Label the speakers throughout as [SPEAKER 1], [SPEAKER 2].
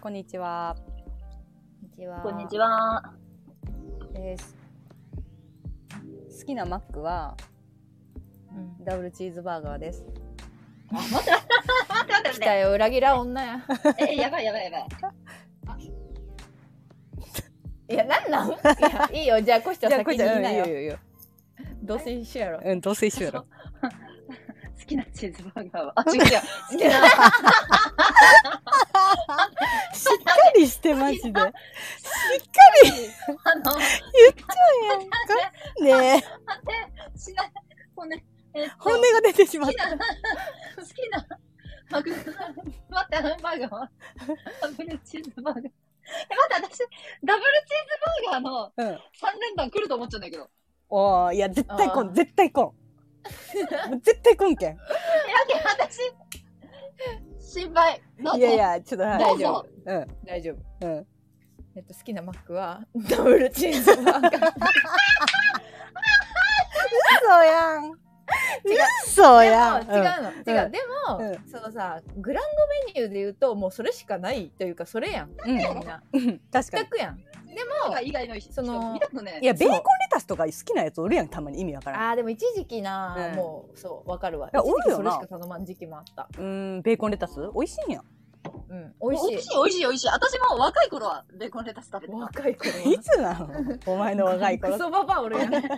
[SPEAKER 1] こんにちは。
[SPEAKER 2] こんにちは。
[SPEAKER 3] こんにちは。
[SPEAKER 1] です。好きなマックは
[SPEAKER 2] うん
[SPEAKER 1] ダブルチーズバーガーです。
[SPEAKER 3] あ、待って
[SPEAKER 2] 来たよ、裏切らん女や。
[SPEAKER 3] 待って。え、やばいやばいやばい。
[SPEAKER 2] いや、なんなんいやいいよ、じゃあ、こしちゃん先に
[SPEAKER 1] じゃ
[SPEAKER 2] 言
[SPEAKER 1] あ
[SPEAKER 2] いな
[SPEAKER 1] こ
[SPEAKER 2] よ。
[SPEAKER 1] れじゃうんいいよいいよ
[SPEAKER 2] どうせ一緒やろ。
[SPEAKER 1] うん、どうせ一緒やろ。
[SPEAKER 3] 好きなチーズバーガーは。あ、違う違う。好きな。
[SPEAKER 1] しっかりしてマジで。しっかり
[SPEAKER 3] あの、
[SPEAKER 1] 言っちゃうやんか。ねえ、
[SPEAKER 3] しない。骨。えっと、
[SPEAKER 1] 本音が出てしまっ
[SPEAKER 3] 好きな、好きな、マクドナルド、待って、ハンバーガーは、ダブルチーズバーガー。え、待って、私、ダブルチーズバーガーの
[SPEAKER 1] た。うん。
[SPEAKER 3] 3連弾来ると思っちゃうんだけど。
[SPEAKER 1] おーいや、絶対こ
[SPEAKER 2] あ
[SPEAKER 1] ん、
[SPEAKER 2] ー
[SPEAKER 1] 絶対こん。もう絶対こんけん。
[SPEAKER 3] え、待って、私、心配。どうぞ
[SPEAKER 1] いやいや、ちょっと、はい
[SPEAKER 3] ど
[SPEAKER 2] 大
[SPEAKER 3] う
[SPEAKER 2] 丈
[SPEAKER 3] ぞ
[SPEAKER 2] 夫。
[SPEAKER 1] うん、
[SPEAKER 2] 大丈夫。
[SPEAKER 1] うん。
[SPEAKER 2] えっと、好きなマックは、ダブルチーズバーガー。
[SPEAKER 1] 嘘やん。嘘やん。
[SPEAKER 2] でも違うの、違う、
[SPEAKER 1] うん
[SPEAKER 2] でも、
[SPEAKER 1] う
[SPEAKER 2] そのさグランドメニューで言うともうそれしかないというかそれやん
[SPEAKER 1] うん。
[SPEAKER 2] みんな
[SPEAKER 1] うん。確か
[SPEAKER 2] 全
[SPEAKER 1] に。
[SPEAKER 2] くやん
[SPEAKER 3] バーガー以外の人、
[SPEAKER 2] その
[SPEAKER 3] 見たことね。
[SPEAKER 1] いや、ベーコンレタスとか好きなやつおるやん、たまに意味わからん。
[SPEAKER 2] あーでも一時期な、
[SPEAKER 1] うん
[SPEAKER 2] もうそうわかるわ
[SPEAKER 1] いや
[SPEAKER 2] 一時期
[SPEAKER 1] おるよ
[SPEAKER 2] それ
[SPEAKER 1] な
[SPEAKER 2] しか頼まん時期もあった
[SPEAKER 1] うーん、ベーコンレタス美味しいんや。
[SPEAKER 2] うん美味
[SPEAKER 3] 美味
[SPEAKER 2] し
[SPEAKER 3] しい、美味しい、美味しい。私も若い頃はベーコンレタス食べ
[SPEAKER 2] い
[SPEAKER 3] てた。
[SPEAKER 2] 若い頃
[SPEAKER 1] いつなのお前の 若い頃
[SPEAKER 2] ク。ソババアおる やん
[SPEAKER 3] え、でも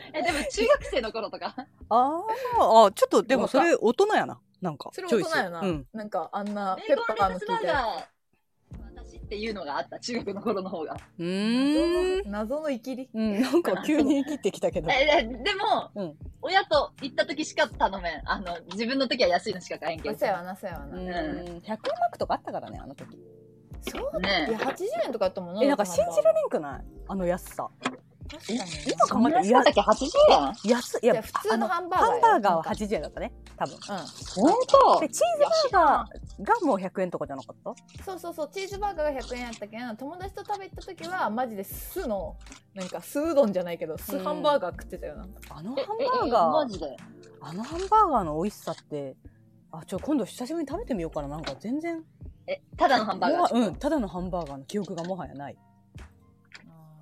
[SPEAKER 3] 中学生の頃とか。
[SPEAKER 1] あーあ、ちょっとでもそれ大人やな。なんか。
[SPEAKER 2] それ
[SPEAKER 1] チ
[SPEAKER 2] 大
[SPEAKER 1] ョイス
[SPEAKER 2] 人やな、
[SPEAKER 1] うん。
[SPEAKER 2] なんかあんなペ
[SPEAKER 3] ベー
[SPEAKER 2] ッパ
[SPEAKER 3] コン
[SPEAKER 2] ーの
[SPEAKER 3] レ
[SPEAKER 2] 効い
[SPEAKER 3] タスバー
[SPEAKER 2] て
[SPEAKER 3] ガー、私っていうのがあった、中学の頃の方が。
[SPEAKER 1] うーん。
[SPEAKER 2] 謎の生きり
[SPEAKER 1] うん、なんか急に生きてきたけど。
[SPEAKER 3] え、えでも、
[SPEAKER 1] うん
[SPEAKER 3] 親と行った時しか頼めん。あの、自分の時は安いのしか買えんけ
[SPEAKER 2] まあ
[SPEAKER 3] ど。
[SPEAKER 2] そうやわなそうやわ
[SPEAKER 1] う
[SPEAKER 2] な、
[SPEAKER 1] ん、
[SPEAKER 2] い
[SPEAKER 1] 100円マックとかあったからね、あの時。
[SPEAKER 2] そうや
[SPEAKER 3] ね
[SPEAKER 2] 80円とかやったもんな
[SPEAKER 1] え、なんか信じら
[SPEAKER 2] れ
[SPEAKER 1] れんくないあの安さ。
[SPEAKER 2] 確かにな
[SPEAKER 1] 今
[SPEAKER 3] そん
[SPEAKER 1] 考え
[SPEAKER 3] な
[SPEAKER 1] たら
[SPEAKER 3] 安かったっけ ?80 円
[SPEAKER 1] 安い。い
[SPEAKER 2] じゃあ
[SPEAKER 1] や、
[SPEAKER 2] 普通の
[SPEAKER 1] あ
[SPEAKER 2] ハンバーガー
[SPEAKER 1] ハン
[SPEAKER 2] や
[SPEAKER 1] バーガーは
[SPEAKER 2] なんか
[SPEAKER 1] 80円だったね。多分。
[SPEAKER 2] うん
[SPEAKER 3] ほんと
[SPEAKER 1] で、チーズバーガーがもう100円とかじゃなかった
[SPEAKER 2] そうそうそうチーズバーガーが100円やったけん友達と食べ行った時はマジで酢のなんか酢うどんじゃないけど酢ハンバーガー食ってたよな、
[SPEAKER 1] あの
[SPEAKER 3] え
[SPEAKER 1] ハ
[SPEAKER 3] え
[SPEAKER 1] ン
[SPEAKER 3] え
[SPEAKER 1] バーガー
[SPEAKER 3] マ。ジで。
[SPEAKER 1] あのハンバーガーの美味しさって、あ、ちょ、今度久しぶりに食べてみようかな。なんか全然、
[SPEAKER 3] え、ただのハンバーガ
[SPEAKER 1] もは
[SPEAKER 3] ー。
[SPEAKER 1] うん、ただのハンバーガーの記憶がもはやない。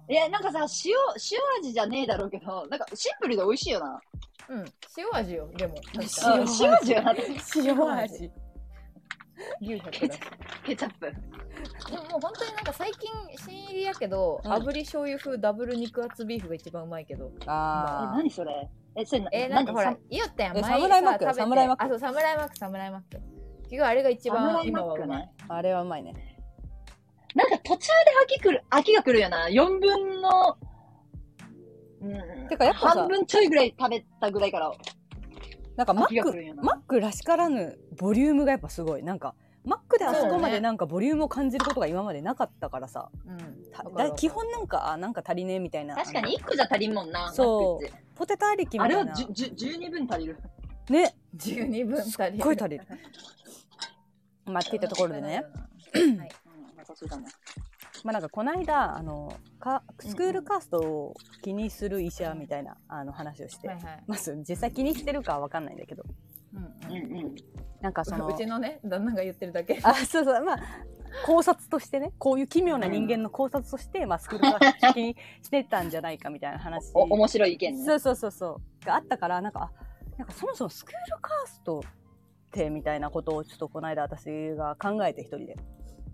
[SPEAKER 3] いや、なんかさ、塩、塩味じゃねえだろうけど、なんかシンプルで美味しいよな。
[SPEAKER 2] うん塩味よでも確
[SPEAKER 1] 塩
[SPEAKER 2] かに
[SPEAKER 3] うん塩味よな、私
[SPEAKER 1] 塩味。
[SPEAKER 2] 牛100だし
[SPEAKER 3] ケチャップ。
[SPEAKER 2] でももう本当になんか最近新入りやけど、
[SPEAKER 1] うん
[SPEAKER 2] 炙り醤油風ダブル肉厚ビーフが一番うまいけど
[SPEAKER 3] え、
[SPEAKER 1] あ
[SPEAKER 3] 何それえ、それ、
[SPEAKER 2] えー、なんかほら
[SPEAKER 3] 何
[SPEAKER 2] 言おったやん
[SPEAKER 1] え
[SPEAKER 2] 前さ
[SPEAKER 1] 侍マックよ
[SPEAKER 2] 食べて
[SPEAKER 1] 侍マック
[SPEAKER 2] あそう侍マック侍マック結局あれが一
[SPEAKER 3] サムラ
[SPEAKER 2] 番
[SPEAKER 3] イマ
[SPEAKER 2] 今は
[SPEAKER 3] ッ
[SPEAKER 2] う
[SPEAKER 3] ク
[SPEAKER 2] まい
[SPEAKER 3] ね。
[SPEAKER 1] あ、あれはうまいね。
[SPEAKER 3] なんか途中で飽きくる、飽きが来るよな。4分の、うん
[SPEAKER 1] てかやっぱさ
[SPEAKER 3] 半分ちょいぐらい食べたぐらいから
[SPEAKER 1] なんかマ
[SPEAKER 3] 飽き
[SPEAKER 1] ッ
[SPEAKER 3] が来
[SPEAKER 1] ク、
[SPEAKER 3] るよな。
[SPEAKER 1] マックらしからぬボリュームがやっぱすごい。なんか、マックであそこま
[SPEAKER 2] そう
[SPEAKER 1] で
[SPEAKER 2] ね
[SPEAKER 1] なんかボリュームを感じることが今までなかったからさ、
[SPEAKER 2] うんわか
[SPEAKER 1] た
[SPEAKER 2] るわ
[SPEAKER 1] だ
[SPEAKER 2] かる
[SPEAKER 1] 基本なんか、あ、なんか足りねえみたいな。
[SPEAKER 3] 確か
[SPEAKER 1] あ
[SPEAKER 3] に
[SPEAKER 1] の
[SPEAKER 3] 1個じゃ足りんもんな。
[SPEAKER 1] そう
[SPEAKER 3] マックって
[SPEAKER 1] ポテトありきみ
[SPEAKER 3] あ
[SPEAKER 1] た
[SPEAKER 3] れ
[SPEAKER 1] い
[SPEAKER 3] は
[SPEAKER 1] な
[SPEAKER 3] じ。ゅじゅ12分足りる。
[SPEAKER 1] ね、
[SPEAKER 2] 十二分足
[SPEAKER 1] すっ
[SPEAKER 2] り
[SPEAKER 1] ごい足りる。まあ、っていったところでね。
[SPEAKER 2] はい
[SPEAKER 3] うん、またそうだね。
[SPEAKER 1] まあ、なんかこの間あのかスクールカーストを気にする医者みたいなあの話をして、
[SPEAKER 2] はいはい
[SPEAKER 1] まず実際気にしてるかは分かんないんだけど
[SPEAKER 2] うん
[SPEAKER 3] う
[SPEAKER 2] うんん
[SPEAKER 3] うん。
[SPEAKER 1] なんかその
[SPEAKER 2] うちのね旦那が言ってるだけ
[SPEAKER 1] あそうそうまあ考察としてねこういう奇妙な人間の考察として、まあ、スクールカーストを気にしてたんじゃないかみたいな話
[SPEAKER 3] お、面白い意見
[SPEAKER 1] そ
[SPEAKER 3] ね。
[SPEAKER 1] うそうそうそうがあったからなんかあなんかそもそもスクールカーストってみたいなことをちょっとこの間私が考えて一人で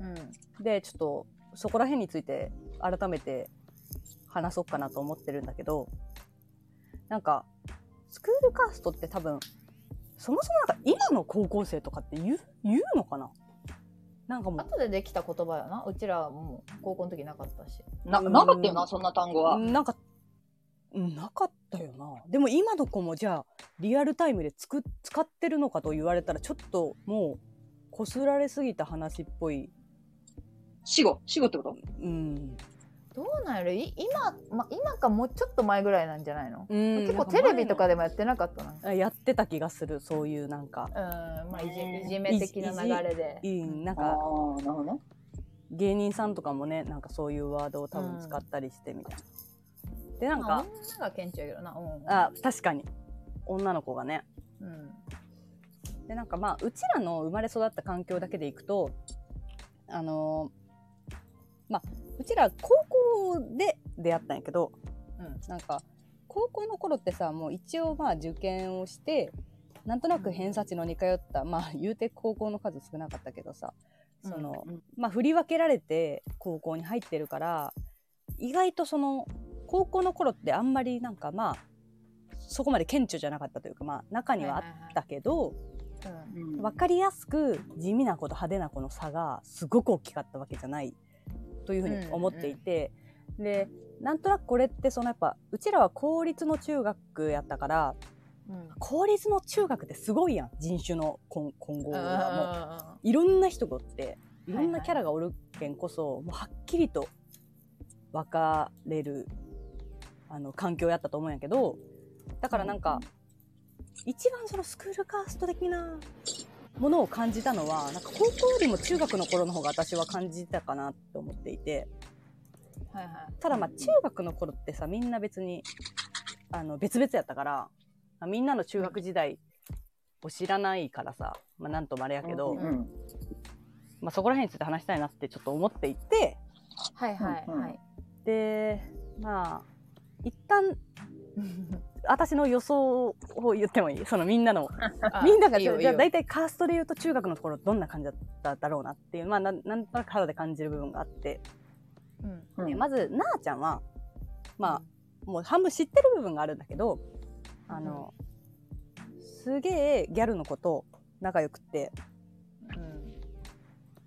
[SPEAKER 2] うん
[SPEAKER 1] でちょっとそこら辺について改めて話そうかなと思ってるんだけどなんかスクールカーストって多分そもそもなんか今の高校生とかって言う言うのかななんかもう
[SPEAKER 2] 後でできた言葉よなうちらはもう高校の時なかったし
[SPEAKER 3] な、なかったよな、そんな単語は。
[SPEAKER 1] なんかうんなかったよなでも今の子もじゃあリアルタイムでつく使ってるのかと言われたらちょっともうこすられすぎた話っぽい
[SPEAKER 3] 死後、死後ってこと
[SPEAKER 1] うん、
[SPEAKER 2] どうなんやろい今、ま、今かもうちょっと前ぐらいなんじゃないの、
[SPEAKER 1] うん
[SPEAKER 2] 結構テレビとか
[SPEAKER 1] で
[SPEAKER 2] でもやってなかったな
[SPEAKER 1] やってた気がするそういうなんか
[SPEAKER 2] うんまあいじ
[SPEAKER 3] うん
[SPEAKER 2] いじめ的な流れで
[SPEAKER 1] いいなん
[SPEAKER 3] ああ
[SPEAKER 1] か
[SPEAKER 3] ー、なるほどね。
[SPEAKER 1] 芸人さんとかもねなんかそういうワードを多分使ったりしてみたいな。でなん
[SPEAKER 2] まあ
[SPEAKER 1] か
[SPEAKER 2] 女が顕著やけどなうん
[SPEAKER 1] あ確かに女の子がね。
[SPEAKER 2] うん
[SPEAKER 1] でなんかまあうちらの生まれ育った環境だけでいくとあのーうちら高校で出会ったんやけど、
[SPEAKER 2] うん
[SPEAKER 1] なんか高校の頃ってさもう一応まあ受験をしてなんとなく偏差値の似通ったまあ言うて高校の数少なかったけどさその、
[SPEAKER 4] うんうん
[SPEAKER 1] まあ振り分けられて高校に入ってるから意外とその高校の頃ってあんまりなんかまあそこまで顕著じゃなかったというかまあ中にはあったけど、
[SPEAKER 2] はいはいはいうん
[SPEAKER 4] うん
[SPEAKER 1] 分かりやすく地味な子と派手な子の差がすごく大きかったわけじゃないというふうに思っていて、でなんとなくこれってそのやっぱうちらは公立の中学やったから
[SPEAKER 2] うん
[SPEAKER 1] 公立の中学ってすごいやん人種の混混合がもう
[SPEAKER 2] あ
[SPEAKER 1] いろんな人がおっていろんなキャラがおるけんこそ、もうはっきりと分かれるあの環境やったと思うんやけどだからなんか、一番そのスクールカースト的なものを感じたのはなんか高校よりも中学の頃の方が私は感じたかなって思っていて
[SPEAKER 2] ーはいはい
[SPEAKER 1] ただまあ中学の頃ってさみんな別にあの別々やったからまあみんなの中学時代を知らないからさ、まあ、なんともあれやけど、
[SPEAKER 4] うんうん
[SPEAKER 1] まあ、そこら辺について話したいなってちょっと思っていて
[SPEAKER 2] はいはいはい
[SPEAKER 1] でまあ一旦私の予想を言ってもいいそのみんなの
[SPEAKER 2] あ
[SPEAKER 1] みんなが
[SPEAKER 2] いい
[SPEAKER 1] じゃ
[SPEAKER 2] よ
[SPEAKER 1] あ
[SPEAKER 2] いいよ
[SPEAKER 1] 大体カーストで言うと中学のところどんな感じだっただろうなっていうまあなんなんとなく肌で感じる部分があって、
[SPEAKER 2] うん
[SPEAKER 4] うん
[SPEAKER 1] でまずなあちゃんはまあもう半分知ってる部分があるんだけどあの、すげえギャルの子と仲良くって
[SPEAKER 2] うん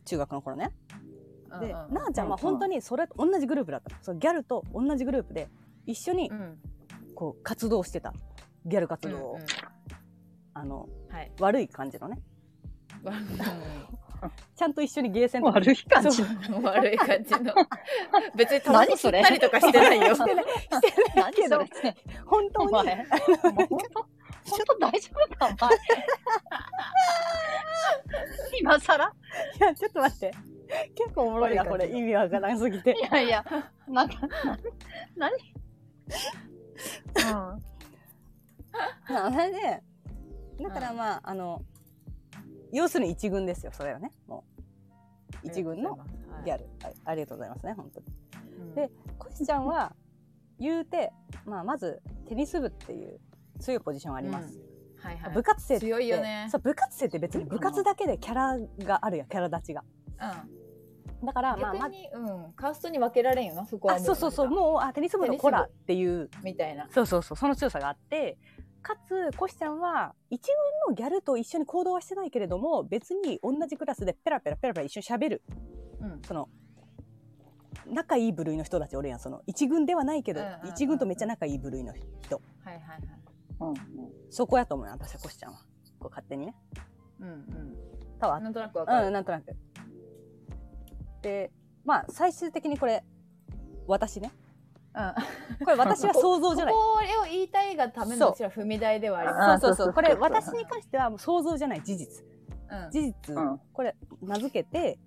[SPEAKER 1] 中学の頃ね。
[SPEAKER 2] うん
[SPEAKER 1] で、
[SPEAKER 2] うん
[SPEAKER 1] なあちゃん
[SPEAKER 4] う
[SPEAKER 1] は
[SPEAKER 4] んうん
[SPEAKER 1] 本当にそれと同じグループだったのそのギャルと同じグループで一緒に
[SPEAKER 2] うん
[SPEAKER 1] こう活動してたギャル活動を、
[SPEAKER 2] うんうん
[SPEAKER 1] あの
[SPEAKER 2] はい
[SPEAKER 1] 悪い感じのね
[SPEAKER 2] うん
[SPEAKER 1] ちゃんと一緒にゲーセンとか
[SPEAKER 4] 悪い感じ
[SPEAKER 1] そう。
[SPEAKER 2] 悪い感じの別にたまに
[SPEAKER 4] 何
[SPEAKER 2] 吸
[SPEAKER 4] そ
[SPEAKER 2] っ
[SPEAKER 4] れ
[SPEAKER 2] たりとかしてないよ
[SPEAKER 1] してない
[SPEAKER 4] 何
[SPEAKER 1] け
[SPEAKER 4] そ
[SPEAKER 1] ど
[SPEAKER 4] れって。
[SPEAKER 1] 本当
[SPEAKER 4] お
[SPEAKER 1] に
[SPEAKER 4] 前。お前本当本当大丈夫かお前。今更
[SPEAKER 1] いや、ちょっと待って。結構おもろいな、こ
[SPEAKER 2] 悪い
[SPEAKER 1] れ。
[SPEAKER 2] 感じ
[SPEAKER 1] 意味わからんすぎて
[SPEAKER 4] い。やいや、なんか、何うん。
[SPEAKER 1] ま あそれで、だからまあ、あの、要するに一軍ですよ、それはね。もう。一軍のギャル。はいありがとうございますね、本当に。
[SPEAKER 2] ル
[SPEAKER 1] でコシちゃんは、言うて、まあ、まず、テニス部っていう強いポジションあります。
[SPEAKER 2] はいはい
[SPEAKER 1] 部活生って、
[SPEAKER 2] 強いよね
[SPEAKER 1] そう、部活生って別に部活だけでキャラがあるやん、キャラ立ちが。
[SPEAKER 2] う
[SPEAKER 1] だから、
[SPEAKER 2] ん
[SPEAKER 1] まあ、ま
[SPEAKER 2] 逆にうんカーストに分けられんよなそこは
[SPEAKER 1] あ、そうそうそう、
[SPEAKER 2] なんか
[SPEAKER 1] もう、あ、テニス部の子らっていう
[SPEAKER 2] みたいな
[SPEAKER 1] そうそうそう、その強さがあって、かつ、コシちゃんは、一軍のギャルと一緒に行動はしてないけれども、別に同じクラスでペラペラペラペラ一緒に喋る。
[SPEAKER 2] うん
[SPEAKER 1] その、仲いい部類の人たちおるやん。その、一軍ではないけど
[SPEAKER 2] うんうんうんう、ん
[SPEAKER 1] 一軍とめっちゃ仲いい部類の人。
[SPEAKER 2] はいはいはい
[SPEAKER 4] うん
[SPEAKER 1] そこやと思うよ、私はコシちゃんは。こう勝手にね。
[SPEAKER 2] うん
[SPEAKER 1] た
[SPEAKER 2] う
[SPEAKER 1] わ
[SPEAKER 2] ん。なんとなくわか
[SPEAKER 1] うん、
[SPEAKER 2] る
[SPEAKER 1] なんとなく。で、まあ、最終的にこれ、私ね。
[SPEAKER 2] うん
[SPEAKER 1] これ私は想像じゃない。
[SPEAKER 2] これを言いたいがため
[SPEAKER 1] そう
[SPEAKER 2] のうちら踏み台ではありま
[SPEAKER 1] そ
[SPEAKER 4] あ
[SPEAKER 1] うそうそう。こ
[SPEAKER 4] そ
[SPEAKER 1] れ
[SPEAKER 4] うそうそう
[SPEAKER 1] 私に関してはもう想像じゃない事実。
[SPEAKER 2] す。
[SPEAKER 1] 事実、
[SPEAKER 4] うん
[SPEAKER 1] これ名付けて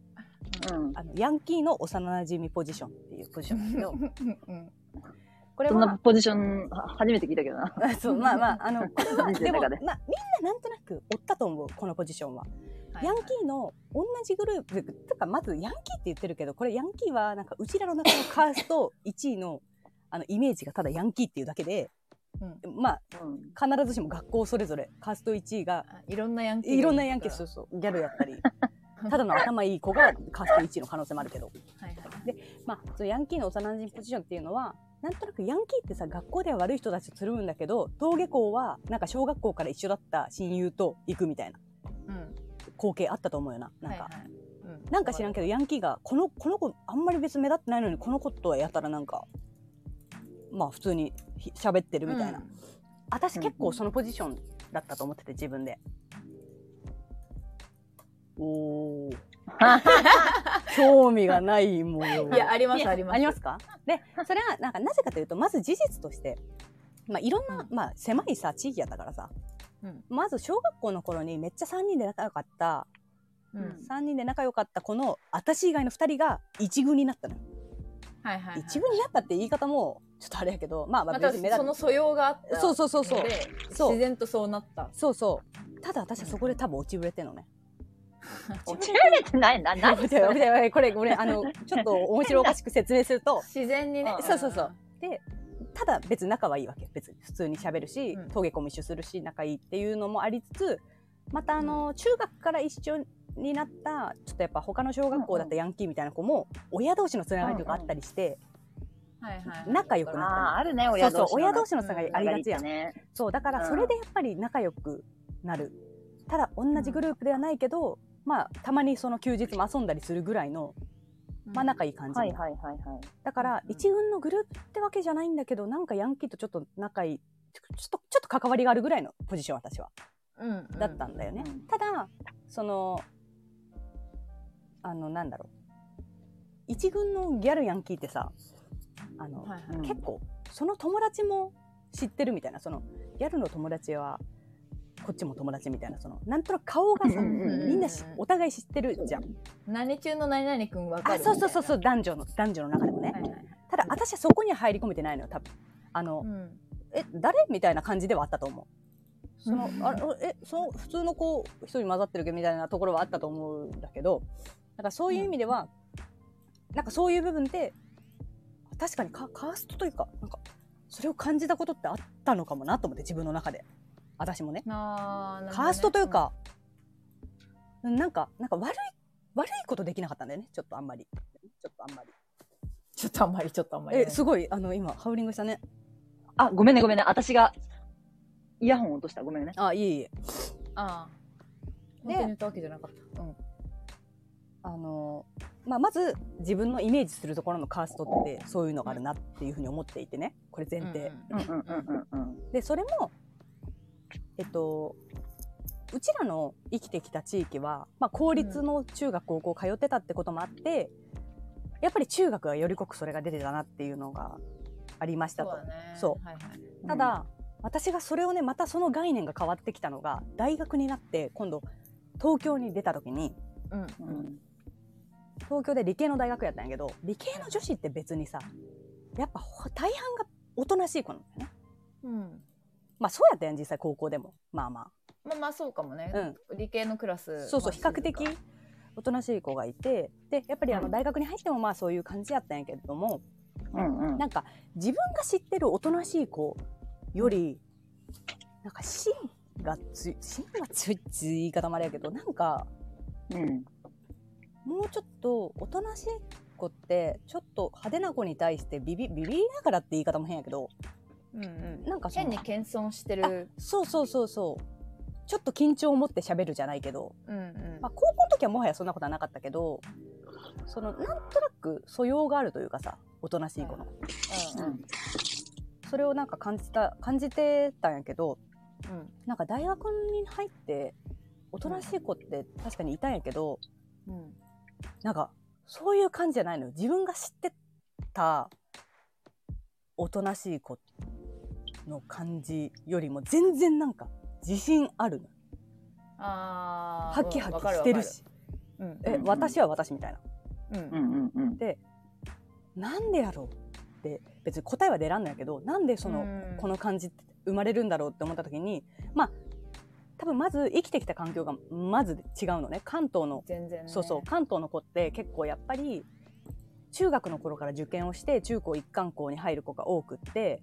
[SPEAKER 4] うんうん
[SPEAKER 1] あのヤンキーの幼馴染みポジションっていうポジションなんだ けど
[SPEAKER 2] うん
[SPEAKER 1] これ
[SPEAKER 4] そんな
[SPEAKER 1] は
[SPEAKER 4] ポジションは初めて聞いたけどな。
[SPEAKER 1] そうまあまああ のこれは
[SPEAKER 4] 人生
[SPEAKER 1] で
[SPEAKER 4] の
[SPEAKER 1] も、ま
[SPEAKER 4] 中
[SPEAKER 1] あ、み
[SPEAKER 4] で
[SPEAKER 1] んななんとなくおったと思うこのポジションは。ヤンキーの同じグループてかまずヤンキーって言ってるけどこれヤンキーはなんかうちらの中のカースト1位の あのイメージがただヤンキーっていうだけで、まあ
[SPEAKER 4] うん
[SPEAKER 1] 必ずしも学校それぞれカースト1位が
[SPEAKER 2] いろんなヤンキー。
[SPEAKER 1] いろんなヤンキーそうそうギャルやったりただの頭いい子がカースト1位の可能性もあるけど。
[SPEAKER 2] はいはい
[SPEAKER 1] まあ、そのヤンキーの幼馴染ポジションっていうのはなんとなくヤンキーってさ学校では悪い人たちとつるむんだけど登下校はなんか小学校から一緒だった親友と行くみたいな
[SPEAKER 2] うん
[SPEAKER 1] 光景あったと思うよななん
[SPEAKER 2] はい
[SPEAKER 1] か、
[SPEAKER 2] はいうん
[SPEAKER 1] なんか知らんけどヤンキーがこのこの子あんまり別に目立ってないのにこの子とはやたらなんかまあ普通にひ喋ってるみたいな、
[SPEAKER 2] うん
[SPEAKER 1] 私結
[SPEAKER 4] うんう
[SPEAKER 1] 構
[SPEAKER 4] ん
[SPEAKER 1] そのポジションだったと思ってて自分で。お ー興味がないもん
[SPEAKER 2] いやありますあり
[SPEAKER 1] あ
[SPEAKER 2] ま
[SPEAKER 1] り
[SPEAKER 2] す。
[SPEAKER 1] ますかでそれはなんかなぜかというとまず事実として、まあ、いろんな、
[SPEAKER 2] うん
[SPEAKER 1] まあ、狭いさ地域やったからさ
[SPEAKER 2] うん
[SPEAKER 1] まず小学校の頃にめっちゃ3人で仲良かった
[SPEAKER 2] うん
[SPEAKER 1] 3人で仲良かったこの私以外の2人が一軍になったのよ、
[SPEAKER 2] はいはいはい。
[SPEAKER 1] 一軍になったって言い方もちょっとあれやけどまあまあ
[SPEAKER 2] また
[SPEAKER 1] 別に目立
[SPEAKER 2] そ
[SPEAKER 1] っ
[SPEAKER 2] の素養があった。
[SPEAKER 1] そうそうそうそう
[SPEAKER 2] で
[SPEAKER 1] そう
[SPEAKER 2] 自然とそうなった。
[SPEAKER 1] そうそうただ私はそこで多分落ちぶれてんのね、
[SPEAKER 4] 落ちられてないな、何
[SPEAKER 1] 待っ
[SPEAKER 4] そ
[SPEAKER 1] て待っ
[SPEAKER 4] れ
[SPEAKER 1] て待ってこれごめんあのちょっと面白おかしく説明すると
[SPEAKER 2] 自然にね
[SPEAKER 4] うん
[SPEAKER 1] そうそうそうただ別に仲はいいわけ別に普通に喋るし
[SPEAKER 2] うん
[SPEAKER 1] 登下校も一緒するし仲いいっていうのもありつつまたあの中学から一緒になったちょっとやっぱ他の小学校だったヤンキーみたいな子も親同士のつながりとかあったりして
[SPEAKER 2] はいはいはい
[SPEAKER 1] 仲良くな
[SPEAKER 4] ああ、あるね、
[SPEAKER 1] そう
[SPEAKER 4] 親同士の
[SPEAKER 1] そう親同士のつながりありがちやん
[SPEAKER 4] ね。
[SPEAKER 1] そうだから
[SPEAKER 4] うん
[SPEAKER 1] それでやっぱり仲良くなるただ同じグループではないけど、まあたまにその休日も遊んだりするぐらいの、
[SPEAKER 2] うん
[SPEAKER 1] まあ、仲いい感じ、
[SPEAKER 4] はいはいはいはい。
[SPEAKER 1] だから
[SPEAKER 2] うんうん
[SPEAKER 1] 一軍のグループってわけじゃないんだけどなんかヤンキーとちょっと仲いいちょちょっとちょっと関わりがあるぐらいのポジション私は
[SPEAKER 2] うんうん
[SPEAKER 1] だったんだよね、
[SPEAKER 4] うん
[SPEAKER 1] ただそのあのなんだろう一軍のギャルヤンキーってさあの、
[SPEAKER 2] はいはい
[SPEAKER 4] うん
[SPEAKER 1] 結構その友達も知ってるみたいなそのギャルの友達はこっちも友達みたいなそのなんとなく顔がさ
[SPEAKER 4] うんうんうん
[SPEAKER 1] みんなしお互い知ってるじゃん。
[SPEAKER 2] 何中の何々くんわかる
[SPEAKER 1] あそうそうそうそうう男女の男女の中でもね、
[SPEAKER 2] はいはい
[SPEAKER 1] ただ私はそこには入り込めてないのよ多分あの、
[SPEAKER 2] うん
[SPEAKER 1] え誰みたいな感じではあったと思うその
[SPEAKER 2] うん
[SPEAKER 1] あれえその普通の子一人混ざってるけどみたいなところはあったと思うんだけどなんかそういう意味では、なんかそういう部分で確かにカカーストというかなんかそれを感じたことってあったのかもなと思って自分の中で私もね
[SPEAKER 2] あーなるほどね
[SPEAKER 1] カーストというか、なんかなんか悪い悪いことできなかったんだよねちょっとあんまりちょっとあんまり
[SPEAKER 2] ちょっとあんまりちょっとあんまりね
[SPEAKER 1] えすごいあの今ハウリングしたね
[SPEAKER 4] あ、ごめんねごめんね、私がイヤホン落とした、ごめんね。
[SPEAKER 1] あいえいえ
[SPEAKER 2] ああ本当
[SPEAKER 1] で
[SPEAKER 2] に言ったわけじゃなかったうん
[SPEAKER 1] あのまあ、まず自分のイメージするところのカーストってそういうのがあるなっていうふうに思っていてねこれ前提、
[SPEAKER 4] うんうんうんうんうん。
[SPEAKER 1] でそれもえっとうちらの生きてきた地域は、まあ、公立の中学高校通ってたってこともあってやっぱり中学はより濃くそれが出てたなっていうのがありました
[SPEAKER 2] そうだ
[SPEAKER 1] と
[SPEAKER 2] ね
[SPEAKER 1] そ
[SPEAKER 2] はいはい
[SPEAKER 1] ただ、私がそれをねまたその概念が変わってきたのが大学になって今度東京に出た時に
[SPEAKER 2] うん
[SPEAKER 4] う
[SPEAKER 2] うん
[SPEAKER 4] ん、
[SPEAKER 1] 東京で理系の大学やったんやけど理系の女子って別にさやっぱほ大半がおとなしい子なんだよね
[SPEAKER 2] うん
[SPEAKER 1] まあそうやったやん実際高校でもまあま
[SPEAKER 2] まあまあそうかもね
[SPEAKER 1] あうん
[SPEAKER 2] 理系のクラス
[SPEAKER 1] そうそう比
[SPEAKER 2] まあ
[SPEAKER 1] 較的おとなしい子がいてでやっぱりあの大学に入ってもまあそういう感じやったんやけれども
[SPEAKER 4] うんうん。
[SPEAKER 1] なんか自分が知ってるおとなしい子よりなんか芯がつい芯がついって言い方もあれやけどなんか
[SPEAKER 4] うん
[SPEAKER 1] もうちょっとおとなしい子ってちょっと派手な子に対してビビビビりながらって言い方も変やけど
[SPEAKER 2] うんうん
[SPEAKER 1] なんかその
[SPEAKER 2] 変に謙遜してる
[SPEAKER 1] そうそうそうそうちょっと緊張を持って喋るじゃないけど、
[SPEAKER 2] うんうん
[SPEAKER 1] まあ、高校の時はもはやそんなことはなかったけどそのなんとなく素養があるというかさおとなしい子の
[SPEAKER 2] うんうん
[SPEAKER 1] それをなんか感じた感じてたんやけど
[SPEAKER 2] うん
[SPEAKER 1] なんか大学に入っておとなしい子って確かにいたんやけど
[SPEAKER 2] うん
[SPEAKER 1] なんかそういう感じじゃないのよ自分が知ってたおとなしい子の感じよりも全然なんか自信あるの
[SPEAKER 2] ああ
[SPEAKER 1] ハキハキしてるし。
[SPEAKER 2] うん
[SPEAKER 1] え、
[SPEAKER 4] うん
[SPEAKER 1] 私は私みたいな。
[SPEAKER 2] う
[SPEAKER 4] うんんうん
[SPEAKER 1] なんでやろうって別に答えは出らんないけどなんでそ
[SPEAKER 2] う
[SPEAKER 1] の、
[SPEAKER 2] ん
[SPEAKER 1] この感じって生まれるんだろうって思った時にまあ多分まず生きてきた環境がまず違うのね関東の、
[SPEAKER 2] 全然ね
[SPEAKER 1] そうそう関東の子って結構やっぱり中学の頃から受験をして中高一貫校に入る子が多くって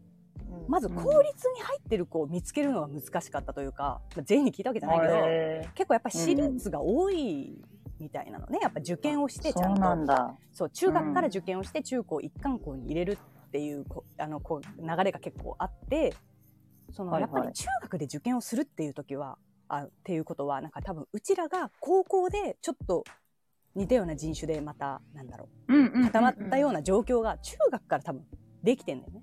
[SPEAKER 2] うん
[SPEAKER 1] まず公立に入ってる子を見つけるのが難しかったというか、まあ全員に聞いたわけじゃないけど、
[SPEAKER 4] へ
[SPEAKER 1] 結構やっぱ私立が多いみたいなのねやっぱ受験をし
[SPEAKER 4] ー
[SPEAKER 1] てち
[SPEAKER 4] そ
[SPEAKER 1] ゃん
[SPEAKER 4] う
[SPEAKER 1] と。
[SPEAKER 4] なんだ。
[SPEAKER 1] そう中学から受験をして中高一貫校に入れるっていうこあのこう流れが結構あってその
[SPEAKER 4] はい
[SPEAKER 1] や
[SPEAKER 4] はい
[SPEAKER 1] っぱり中学で受験をするっていう時は、あっていうことはなんか多分うちらが高校でちょっと似たような人種でまたなんだろ
[SPEAKER 4] うん
[SPEAKER 1] う固ま
[SPEAKER 4] う
[SPEAKER 1] っ
[SPEAKER 4] ん。
[SPEAKER 1] たような状況が中学から多分できてんだよね。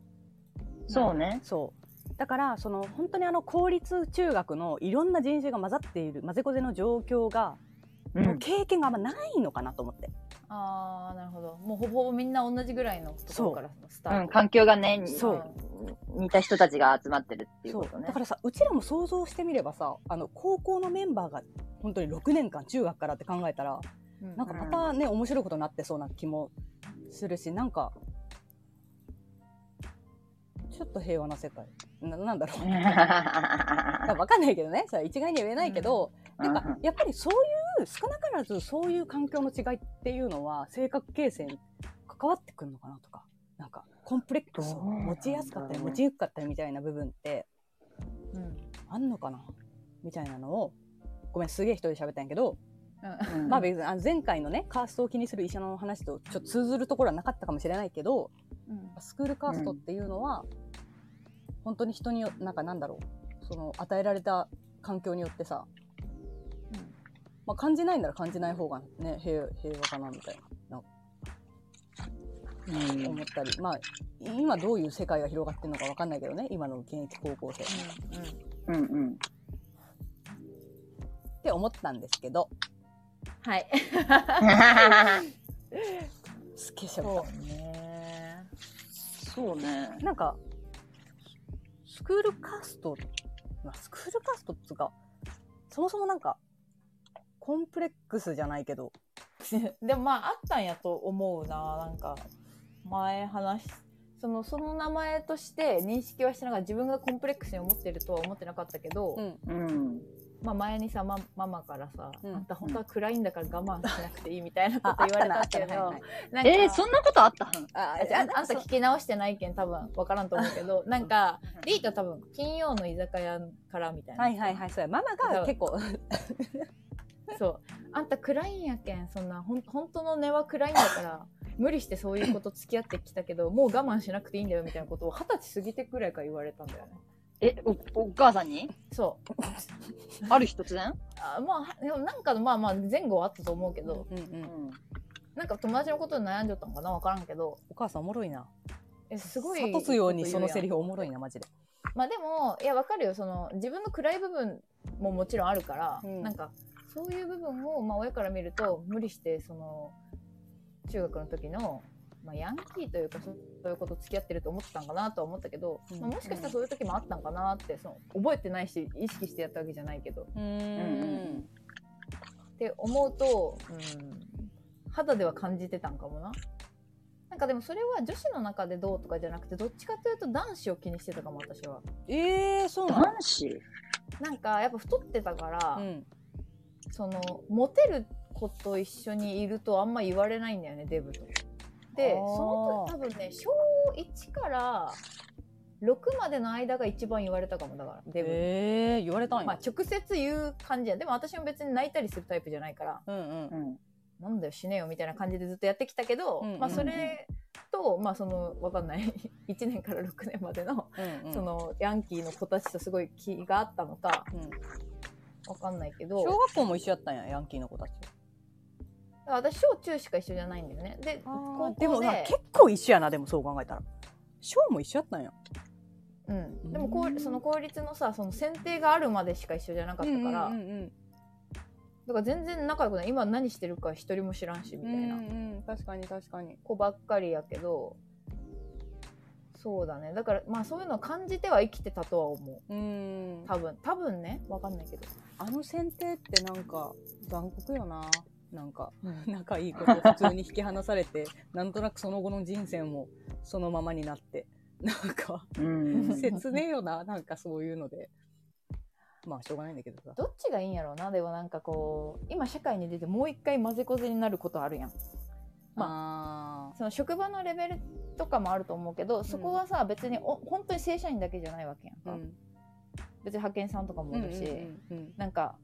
[SPEAKER 4] そうね。
[SPEAKER 1] そうだからその本当にあの公立中学のいろんな人種が混ざっている混ぜこぜの状況が、
[SPEAKER 4] う
[SPEAKER 1] の
[SPEAKER 4] ん。
[SPEAKER 1] 経験があんまないのかなと思って。
[SPEAKER 2] ああなるほどもうほぼほぼみんな同じぐらいのところからスタート
[SPEAKER 4] うん、環境がね、に
[SPEAKER 1] そう
[SPEAKER 4] 似た人たちが集まってるっていう
[SPEAKER 1] そ
[SPEAKER 4] こと
[SPEAKER 1] う
[SPEAKER 4] ね
[SPEAKER 1] だか。らさうちらも想像してみればさあの高校のメンバーが本当に6年間中学からって考えたら
[SPEAKER 2] うん
[SPEAKER 1] なんかまたね、面白いことになってそうな気もするしなんかちょっと平和な世界ななんだろう だからわかんないけどねそれは一概には言えないけど、
[SPEAKER 4] うん
[SPEAKER 1] なんかやっぱりそうい少なからずそういう環境の違いっていうのは性格形成に関わってくるのかなとかなんかコンプレックスを持ちやすかったり
[SPEAKER 4] どうなんだろうね
[SPEAKER 1] 持ちにくかったりみたいな部分って
[SPEAKER 2] うん
[SPEAKER 1] あんのかなみたいなのをごめんすげえ一人で喋ったんやけど、
[SPEAKER 2] うん
[SPEAKER 1] まあ別にあの前回のねカーストを気にする医者の話とちょっと通ずるところはなかったかもしれないけど
[SPEAKER 2] うん
[SPEAKER 1] スクールカーストっていうのは、本当に人によなんかなんだろうその与えられた環境によってさ、まあ、感じないなら感じない方がね平平和かなみたいななんか思ったりまあ今どういう世界が広がってるのかわかんないけどね今の現役高校生っ
[SPEAKER 4] うんうん。
[SPEAKER 1] て思ったんですけど
[SPEAKER 2] はい。
[SPEAKER 1] すっげえしゃべっ
[SPEAKER 2] そうね。
[SPEAKER 4] そうね。
[SPEAKER 1] たなんかスクールカースト、まあ、スクールカーストっつうかそもそもなんかコンプレックスじゃないけど
[SPEAKER 2] でもまああったんやと思うななんか前話しそのその名前として認識はしてながら自分がコンプレックスに思ってるとは思ってなかったけど、
[SPEAKER 1] ん
[SPEAKER 4] うん。
[SPEAKER 2] まあ、前にさ、ま、ママからさ、
[SPEAKER 1] うん
[SPEAKER 2] あんた本当は暗いんだから我慢しなくていいみたいなこ
[SPEAKER 1] あ
[SPEAKER 2] と
[SPEAKER 1] あっ
[SPEAKER 2] 言わ
[SPEAKER 1] た
[SPEAKER 2] れ
[SPEAKER 1] なあ
[SPEAKER 2] た
[SPEAKER 1] った
[SPEAKER 2] け
[SPEAKER 1] な
[SPEAKER 2] ど、
[SPEAKER 1] はいはい
[SPEAKER 2] なんか
[SPEAKER 4] えー、そんなことあった
[SPEAKER 1] あ
[SPEAKER 2] ああんた聞き直してないけん多分わからんと思うけどなんかリータ多分金曜の居酒屋からみたいな、
[SPEAKER 1] はいはいはいそうやママが結構
[SPEAKER 2] そうあんた暗いんやけんそんなほん本当の根は暗いんだから無理してそういうこと付き合ってきたけどもう我慢しなくていいんだよみたいなことを二十歳過ぎてくらいから言われたんだよね
[SPEAKER 4] え、お、お母さんに
[SPEAKER 2] そう
[SPEAKER 4] ある日突然
[SPEAKER 2] あまあでもなんかのまあまあ前後はあったと思うけど
[SPEAKER 1] うんうん
[SPEAKER 4] ん。
[SPEAKER 2] なんか友達のことに悩んじゃったのかなわからんけど
[SPEAKER 1] お母さんおもろいな
[SPEAKER 2] えすごい
[SPEAKER 1] 諭すようにそのセリ
[SPEAKER 2] フ
[SPEAKER 1] フおもろいなマジで
[SPEAKER 2] まあでもいやわかるよその自分の暗い部分ももちろんあるから、
[SPEAKER 1] うん
[SPEAKER 2] なんかそういう部分を、まあ、親から見ると無理してその中学の時の、まあ、ヤンキーというかそそういうこと付き合ってると思ってたんかなとは思ったけど、
[SPEAKER 1] うん
[SPEAKER 2] まあ、もしかしたらそういう時もあったんかなってその覚えてないし意識してやったわけじゃないけど
[SPEAKER 1] う
[SPEAKER 4] うんん
[SPEAKER 2] って思うと、うん、肌では感じてたんかもな。なんかでもそれは女子の中でどうとかじゃなくてどっちかというと男子を気にしてたかも私は。
[SPEAKER 1] えー、そうなの
[SPEAKER 4] 男子
[SPEAKER 2] なんかやっぱ太ってたから、
[SPEAKER 1] うん
[SPEAKER 2] そのモテる子と一緒にいるとあんま言われないんだよねデブと。で
[SPEAKER 1] あー
[SPEAKER 2] その時多分ね小1から6までの間が一番言われたかもだからデブ、
[SPEAKER 1] えー、言われたんや、
[SPEAKER 2] まあ直接言う感じやでも私も別に泣いたりするタイプじゃないから
[SPEAKER 1] うんうん
[SPEAKER 4] うん。
[SPEAKER 2] なんだよ死ねよみたいな感じでずっとやってきたけど、
[SPEAKER 1] うんうんうん
[SPEAKER 2] まあそれとまあそのわかんない 1年から6年までの、
[SPEAKER 1] うんうん
[SPEAKER 2] そのヤンキーの子たちとすごい気があったのか
[SPEAKER 1] うん
[SPEAKER 2] わかんないけど
[SPEAKER 1] 小学校も一緒やったんやヤンキーの子たち
[SPEAKER 2] 私小中しか一緒じゃないんだよねで高校で
[SPEAKER 1] でもな結構一緒やなでもそう考えたら小も一緒やったんや
[SPEAKER 2] うん、でもこうその公立のさその選定があるまでしか一緒じゃなかったから、
[SPEAKER 1] うんうん
[SPEAKER 2] だから全然仲良くない今何してるか一人も知らんしみ
[SPEAKER 1] う
[SPEAKER 2] た
[SPEAKER 1] ん
[SPEAKER 2] いな
[SPEAKER 1] うんうん確かに確かに
[SPEAKER 2] 子ばっかりやけどそうだねだからまあそういうのを感じては生きてたとは思う
[SPEAKER 1] うん
[SPEAKER 2] 多分多分ねわかんないけど、
[SPEAKER 1] あの選定ってなんか残酷よななんか仲いいこと普通に引き離され てなんとなくその後の人生もそのままになってなんか
[SPEAKER 4] うん
[SPEAKER 1] 切ねえよななんかそういうのでまあしょうがないんだけどさ
[SPEAKER 2] どっちがいいんやろうなでもなんかこう今社会に出てもう一回混ぜこぜになることあるやん
[SPEAKER 1] ま
[SPEAKER 2] その職場のレベルとかもあると思うけどそこはさ、別にお本当に正社員だけじゃないわけやん
[SPEAKER 1] あ
[SPEAKER 2] か、別に派遣さんとかもいるし、
[SPEAKER 1] うん
[SPEAKER 2] なんか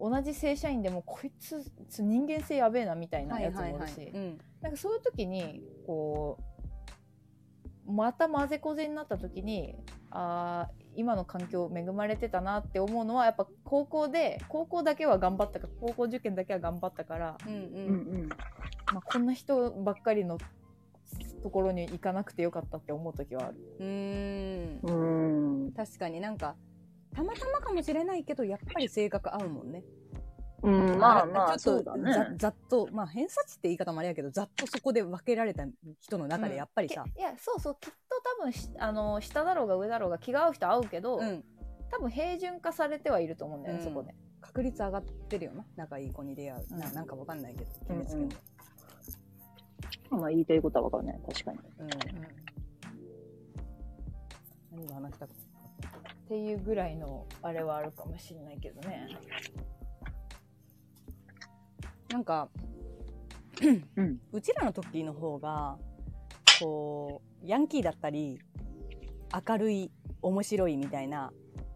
[SPEAKER 2] 同じ正社員でもこいつつ人間性やべえなみたいなやつもいるし、
[SPEAKER 1] うん
[SPEAKER 2] なんかそういう時にこうまた混ぜこぜになった時にあー今の環境恵まれてたなって思うのはやっぱ高校で高校だけは頑張ったか高校受験だけは頑張ったから、
[SPEAKER 1] うんう
[SPEAKER 4] うんん
[SPEAKER 2] まあ、こんな人ばっかりのところに行かなくてよかったって思う時はある。
[SPEAKER 1] うんうん
[SPEAKER 4] うん。
[SPEAKER 1] 確かになんかたまたまかもしれないけどやっぱり性格合うもんね
[SPEAKER 4] うん。まあまあ、
[SPEAKER 1] ち
[SPEAKER 4] そ
[SPEAKER 1] ょっ
[SPEAKER 4] う
[SPEAKER 1] と
[SPEAKER 4] だね。
[SPEAKER 1] ざざっとまあ偏差値って言い方もあれやけどざっとそこで分けられた人の中でやっぱり
[SPEAKER 2] け
[SPEAKER 1] さ、
[SPEAKER 2] いやそうそうきっと多分しあの下だろうが上だろうが気が合う人合うけど、
[SPEAKER 1] うん、
[SPEAKER 2] 多分平準化されてはいると思うんだよね、
[SPEAKER 1] うん
[SPEAKER 2] そこで。
[SPEAKER 1] 確率上がってるよな仲いい子に出会う、
[SPEAKER 2] うん
[SPEAKER 1] ななんかわかんないけど決めつけ
[SPEAKER 4] うんう
[SPEAKER 1] も
[SPEAKER 4] ん、まあ、言いたいことはわかるね。確かに。
[SPEAKER 1] うん何が話したか
[SPEAKER 2] っていうぐらいのあれはあるかもしれないけどね。
[SPEAKER 1] なんか、
[SPEAKER 3] うん
[SPEAKER 1] うちらの時の方が、こう、ヤンキーだったり、明るい、面白いみたいな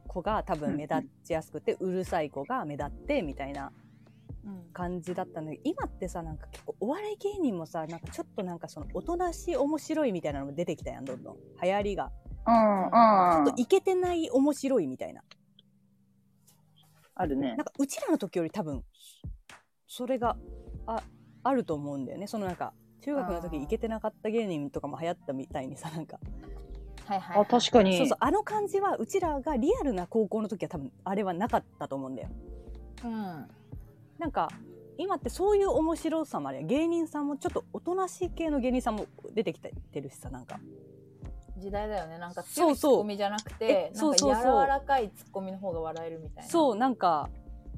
[SPEAKER 1] 子が多分目立ちやすくて、うるさい子が目立って、みたいな
[SPEAKER 2] うん
[SPEAKER 1] 感じだったんだけど、今ってさ、なんか結構お笑い芸人もさ、なんかちょっとなんかその、おとなしい面白いみたいなのも出てきたやん、どんどん。流行りが。
[SPEAKER 3] うん、
[SPEAKER 1] ちょっ
[SPEAKER 3] う
[SPEAKER 1] と
[SPEAKER 3] ん。
[SPEAKER 1] いけてない面白いみたいな。
[SPEAKER 3] あるね
[SPEAKER 1] なん。かうちらの時より多分それがああると思うんだよねそのなんか中学の時
[SPEAKER 2] あー
[SPEAKER 1] 行けてなかった芸人とかも流行ったみたいにさなんか、
[SPEAKER 2] はいはい、
[SPEAKER 3] あ、確かに。
[SPEAKER 1] そうそうあの感じはうちらがリアルな高校の時は多分あれはなかったと思うんだよ
[SPEAKER 2] かに、うん
[SPEAKER 1] なんか今ってそういう面白さもあるよ芸人さんもちょっとおとなしい系の芸人さんも出てきてるしさなんか
[SPEAKER 2] 時代だよねなんか
[SPEAKER 1] そ
[SPEAKER 2] 強
[SPEAKER 1] う
[SPEAKER 2] いツ
[SPEAKER 1] そう
[SPEAKER 2] ッコミじゃなくて
[SPEAKER 1] えそうそう
[SPEAKER 2] な
[SPEAKER 1] そう
[SPEAKER 2] んか柔らかいツッコミの方が笑えるみたいな
[SPEAKER 1] そうなんか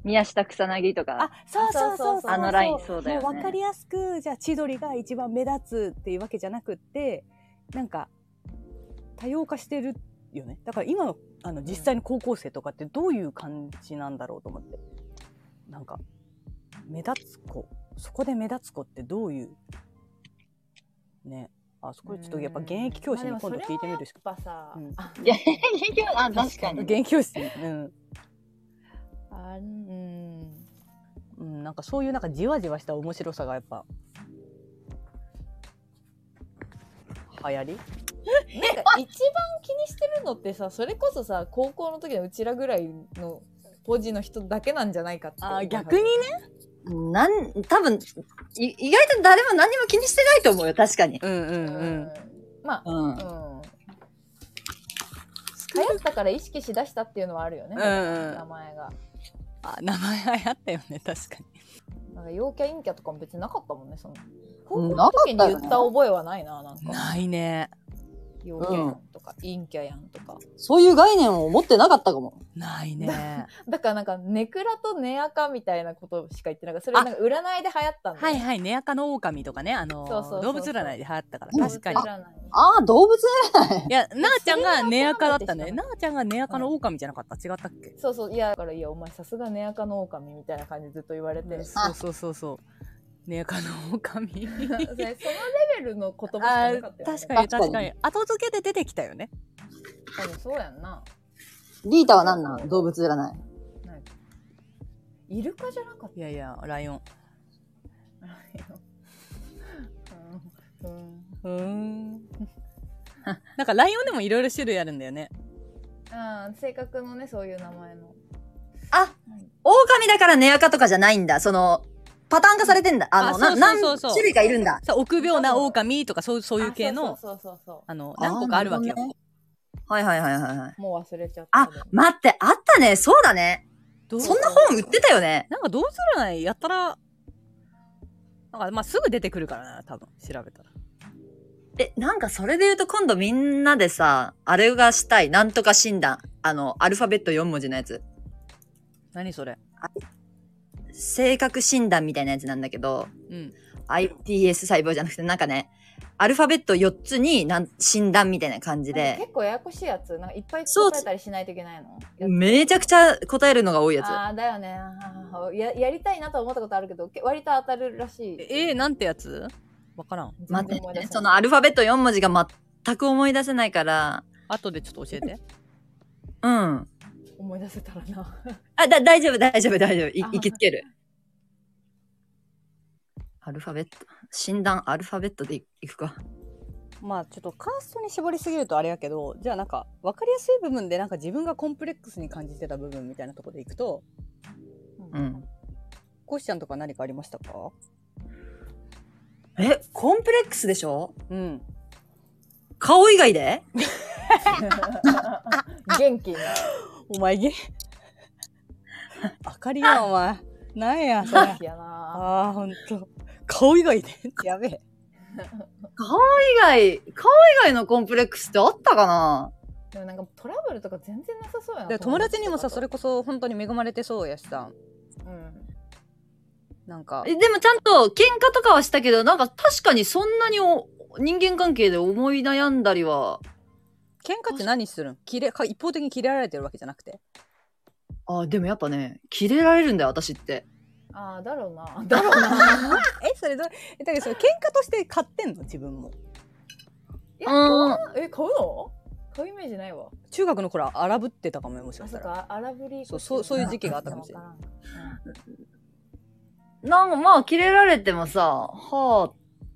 [SPEAKER 3] 宮下草薙と
[SPEAKER 1] あ
[SPEAKER 3] か、
[SPEAKER 1] そうそうそうそうそう
[SPEAKER 3] あのラインそうだよね。
[SPEAKER 1] もう分かりやすくじゃあ千鳥が一番目立つっていうわけじゃなくってなんか多様化してるよねだから今のあの実際の高校生とかってどういう感じなんだろうと思ってなんか目立つ子そこで目立つ子ってどういうねあそこでちょっとやっぱ現役教師に
[SPEAKER 2] まあでも
[SPEAKER 1] 今度聞いてみるしか、
[SPEAKER 2] それはやっぱさ、
[SPEAKER 1] うん
[SPEAKER 2] あ
[SPEAKER 3] いや、人気はあ、確かに。
[SPEAKER 1] 現役教師うん、
[SPEAKER 2] あうん
[SPEAKER 1] うん、なんかそういうなんかじわじわした面白さがやっぱ流行り
[SPEAKER 2] なんか一番気にしてるのってさそれこそさ高校の時のうちらぐらいのポジの人だけなんじゃないかって
[SPEAKER 1] あー逆にね
[SPEAKER 3] なん、多分、い意外と誰も何も気にしてないと思うよ、確かに。
[SPEAKER 1] うんう
[SPEAKER 2] うん
[SPEAKER 1] うん
[SPEAKER 2] まあ
[SPEAKER 3] う
[SPEAKER 2] う
[SPEAKER 3] ん
[SPEAKER 2] ん。流行ったから意識しだしたっていうのはあるよね、
[SPEAKER 1] うんうん
[SPEAKER 2] 名前が
[SPEAKER 1] あ名前流行ったよね確かに
[SPEAKER 2] なんか陽キャ陰キャとかも別になかったもんねその高
[SPEAKER 3] うん
[SPEAKER 2] 校の時に
[SPEAKER 3] なか
[SPEAKER 2] 言
[SPEAKER 3] ったよ
[SPEAKER 2] っ
[SPEAKER 3] ね
[SPEAKER 2] た覚えはないななんか
[SPEAKER 1] いね
[SPEAKER 2] 陽キャやんとか、陰キャやんとか
[SPEAKER 3] そういう概念を持ってなかったかも。
[SPEAKER 1] な いね
[SPEAKER 2] だからなんかネクラとネアカみたいなことしか言ってなんかったそれなんか占いで流行ったんだよ
[SPEAKER 1] はいはいねアカのオオカミとかねあの
[SPEAKER 2] そうそうそう
[SPEAKER 1] 動物占いで流行ったから
[SPEAKER 2] 動物
[SPEAKER 1] 確かに
[SPEAKER 2] 占い
[SPEAKER 3] ああ、動物
[SPEAKER 1] いやなあちゃんがネアカだったね
[SPEAKER 2] それ
[SPEAKER 1] なあちゃんがネアカのオオカミじゃなかった違ったっけ
[SPEAKER 2] そうそういやだからいやお前さすがネアカの狼みたいな感じでずっと言われて、 そ
[SPEAKER 1] そうそうそうそうネアカのオオカミ
[SPEAKER 2] れそのレベルの言葉しか
[SPEAKER 1] あ
[SPEAKER 2] な
[SPEAKER 1] ー
[SPEAKER 2] かったよ、ね、
[SPEAKER 1] 確かに
[SPEAKER 3] 確かに
[SPEAKER 1] 確かに後付けで出てきたよね
[SPEAKER 2] 多分そうやんな
[SPEAKER 3] リータは何なの動物占い。
[SPEAKER 2] イルカじゃなかっ
[SPEAKER 1] いやいやライオン
[SPEAKER 2] たようんうん
[SPEAKER 1] うーん なんかライオンでもいろいろ種類あるんだよね
[SPEAKER 2] あー性格のねそういう名前の
[SPEAKER 3] あ、狼だからネアカとかじゃないんだ。その、パターン化されてんだ。あの、
[SPEAKER 1] あ
[SPEAKER 3] な
[SPEAKER 1] そうそう
[SPEAKER 3] 何
[SPEAKER 1] そうそう
[SPEAKER 3] 種類かいるんだ。
[SPEAKER 1] さ臆病なオオカミとかそうそういう系の
[SPEAKER 2] あそうそうそうそ
[SPEAKER 1] あの何個かあるわけよ
[SPEAKER 3] あーなるほどねはいはいはいはいはい。
[SPEAKER 2] うもう忘れちゃった
[SPEAKER 3] あ
[SPEAKER 2] けど、
[SPEAKER 3] 待って、あったね。そうだね。
[SPEAKER 1] どう
[SPEAKER 3] そんな本売ってたよね。
[SPEAKER 1] なんか動物占いやったら、なんかまあすぐ出てくるからな、多分調べたら。
[SPEAKER 3] え、なんかそれで言うと今度みんなでさ、あれがしたい。なんとか診断。あの、アルファベット4文字のやつ。
[SPEAKER 1] 何それ。
[SPEAKER 3] 性格診断みたいなやつなんだけど、
[SPEAKER 1] うん。
[SPEAKER 3] iPS 細胞じゃなくて、なんかね、アルファベット4つになん診断みたいな感じ
[SPEAKER 2] なんか
[SPEAKER 3] で、
[SPEAKER 2] 結構ややこしいやつなんかいっぱい
[SPEAKER 3] そう
[SPEAKER 2] 答えたりしないといけないの
[SPEAKER 3] めちゃくちゃ答えるのが多いやつ。
[SPEAKER 2] ああだよねあーややりたいなとは思ったことあるけどけ割と当たるらしい
[SPEAKER 1] え、えなんてやつわからん。
[SPEAKER 3] 待って
[SPEAKER 2] 全然思い出せ
[SPEAKER 3] ね
[SPEAKER 2] な、い
[SPEAKER 3] そのアルファベット4文字が全く思い出せないから、
[SPEAKER 1] 後でちょっと教えて。
[SPEAKER 3] うん。
[SPEAKER 2] 思い出せたらな
[SPEAKER 3] あ、だ、大丈夫、大丈夫、大丈夫。い
[SPEAKER 2] あ、
[SPEAKER 3] 行きつける。アルファベット。診断アルファベットでいいくか。
[SPEAKER 1] まあちょっとカーストに絞りすぎるとあれやけど、じゃあなんか分かりやすい部分でなんか自分がコンプレックスに感じてた部分みたいなところでいくと、
[SPEAKER 3] うん。
[SPEAKER 1] コシちゃんとか何かありましたか
[SPEAKER 3] え、コンプレックスでしょ
[SPEAKER 1] うん。
[SPEAKER 3] 顔以外で
[SPEAKER 2] 元気になる
[SPEAKER 1] お前げ。あかりや、お前。なんや、それ。
[SPEAKER 2] 元
[SPEAKER 1] あ
[SPEAKER 2] 気やな
[SPEAKER 1] あー、ほんと。顔以外で。やべえ。
[SPEAKER 3] 顔以外、顔以外のコンプレックスってあったかな
[SPEAKER 2] でもなんかトラブルとか全然なさそうやな
[SPEAKER 1] で友達にもさそれ
[SPEAKER 2] と
[SPEAKER 1] こそ本当に恵まれてそうやしさ
[SPEAKER 2] かうん
[SPEAKER 1] なんか
[SPEAKER 3] えでもちゃんと喧嘩とかはしたけど、なんか確かにそんなにお人間関係で思い悩んだりは、
[SPEAKER 1] 喧嘩って何するん切れか一方的に切れられてるわけじゃなくて
[SPEAKER 3] あ、でもやっぱね、キレられるんだよ、私って。
[SPEAKER 2] ああだろうなだろうな
[SPEAKER 1] えそれどうえだけどそれ喧嘩として買ってんの自分も
[SPEAKER 2] え買わなえ買うの買うイメージないわ
[SPEAKER 1] 中学の頃は荒ぶってたかもよもしか
[SPEAKER 2] あ
[SPEAKER 1] し
[SPEAKER 2] そ
[SPEAKER 1] た
[SPEAKER 2] っ
[SPEAKER 1] ら
[SPEAKER 2] か荒ぶり
[SPEAKER 1] そうそうそういう時期があったかもしれない
[SPEAKER 3] なんかまあ、キレられてもさ、はあっ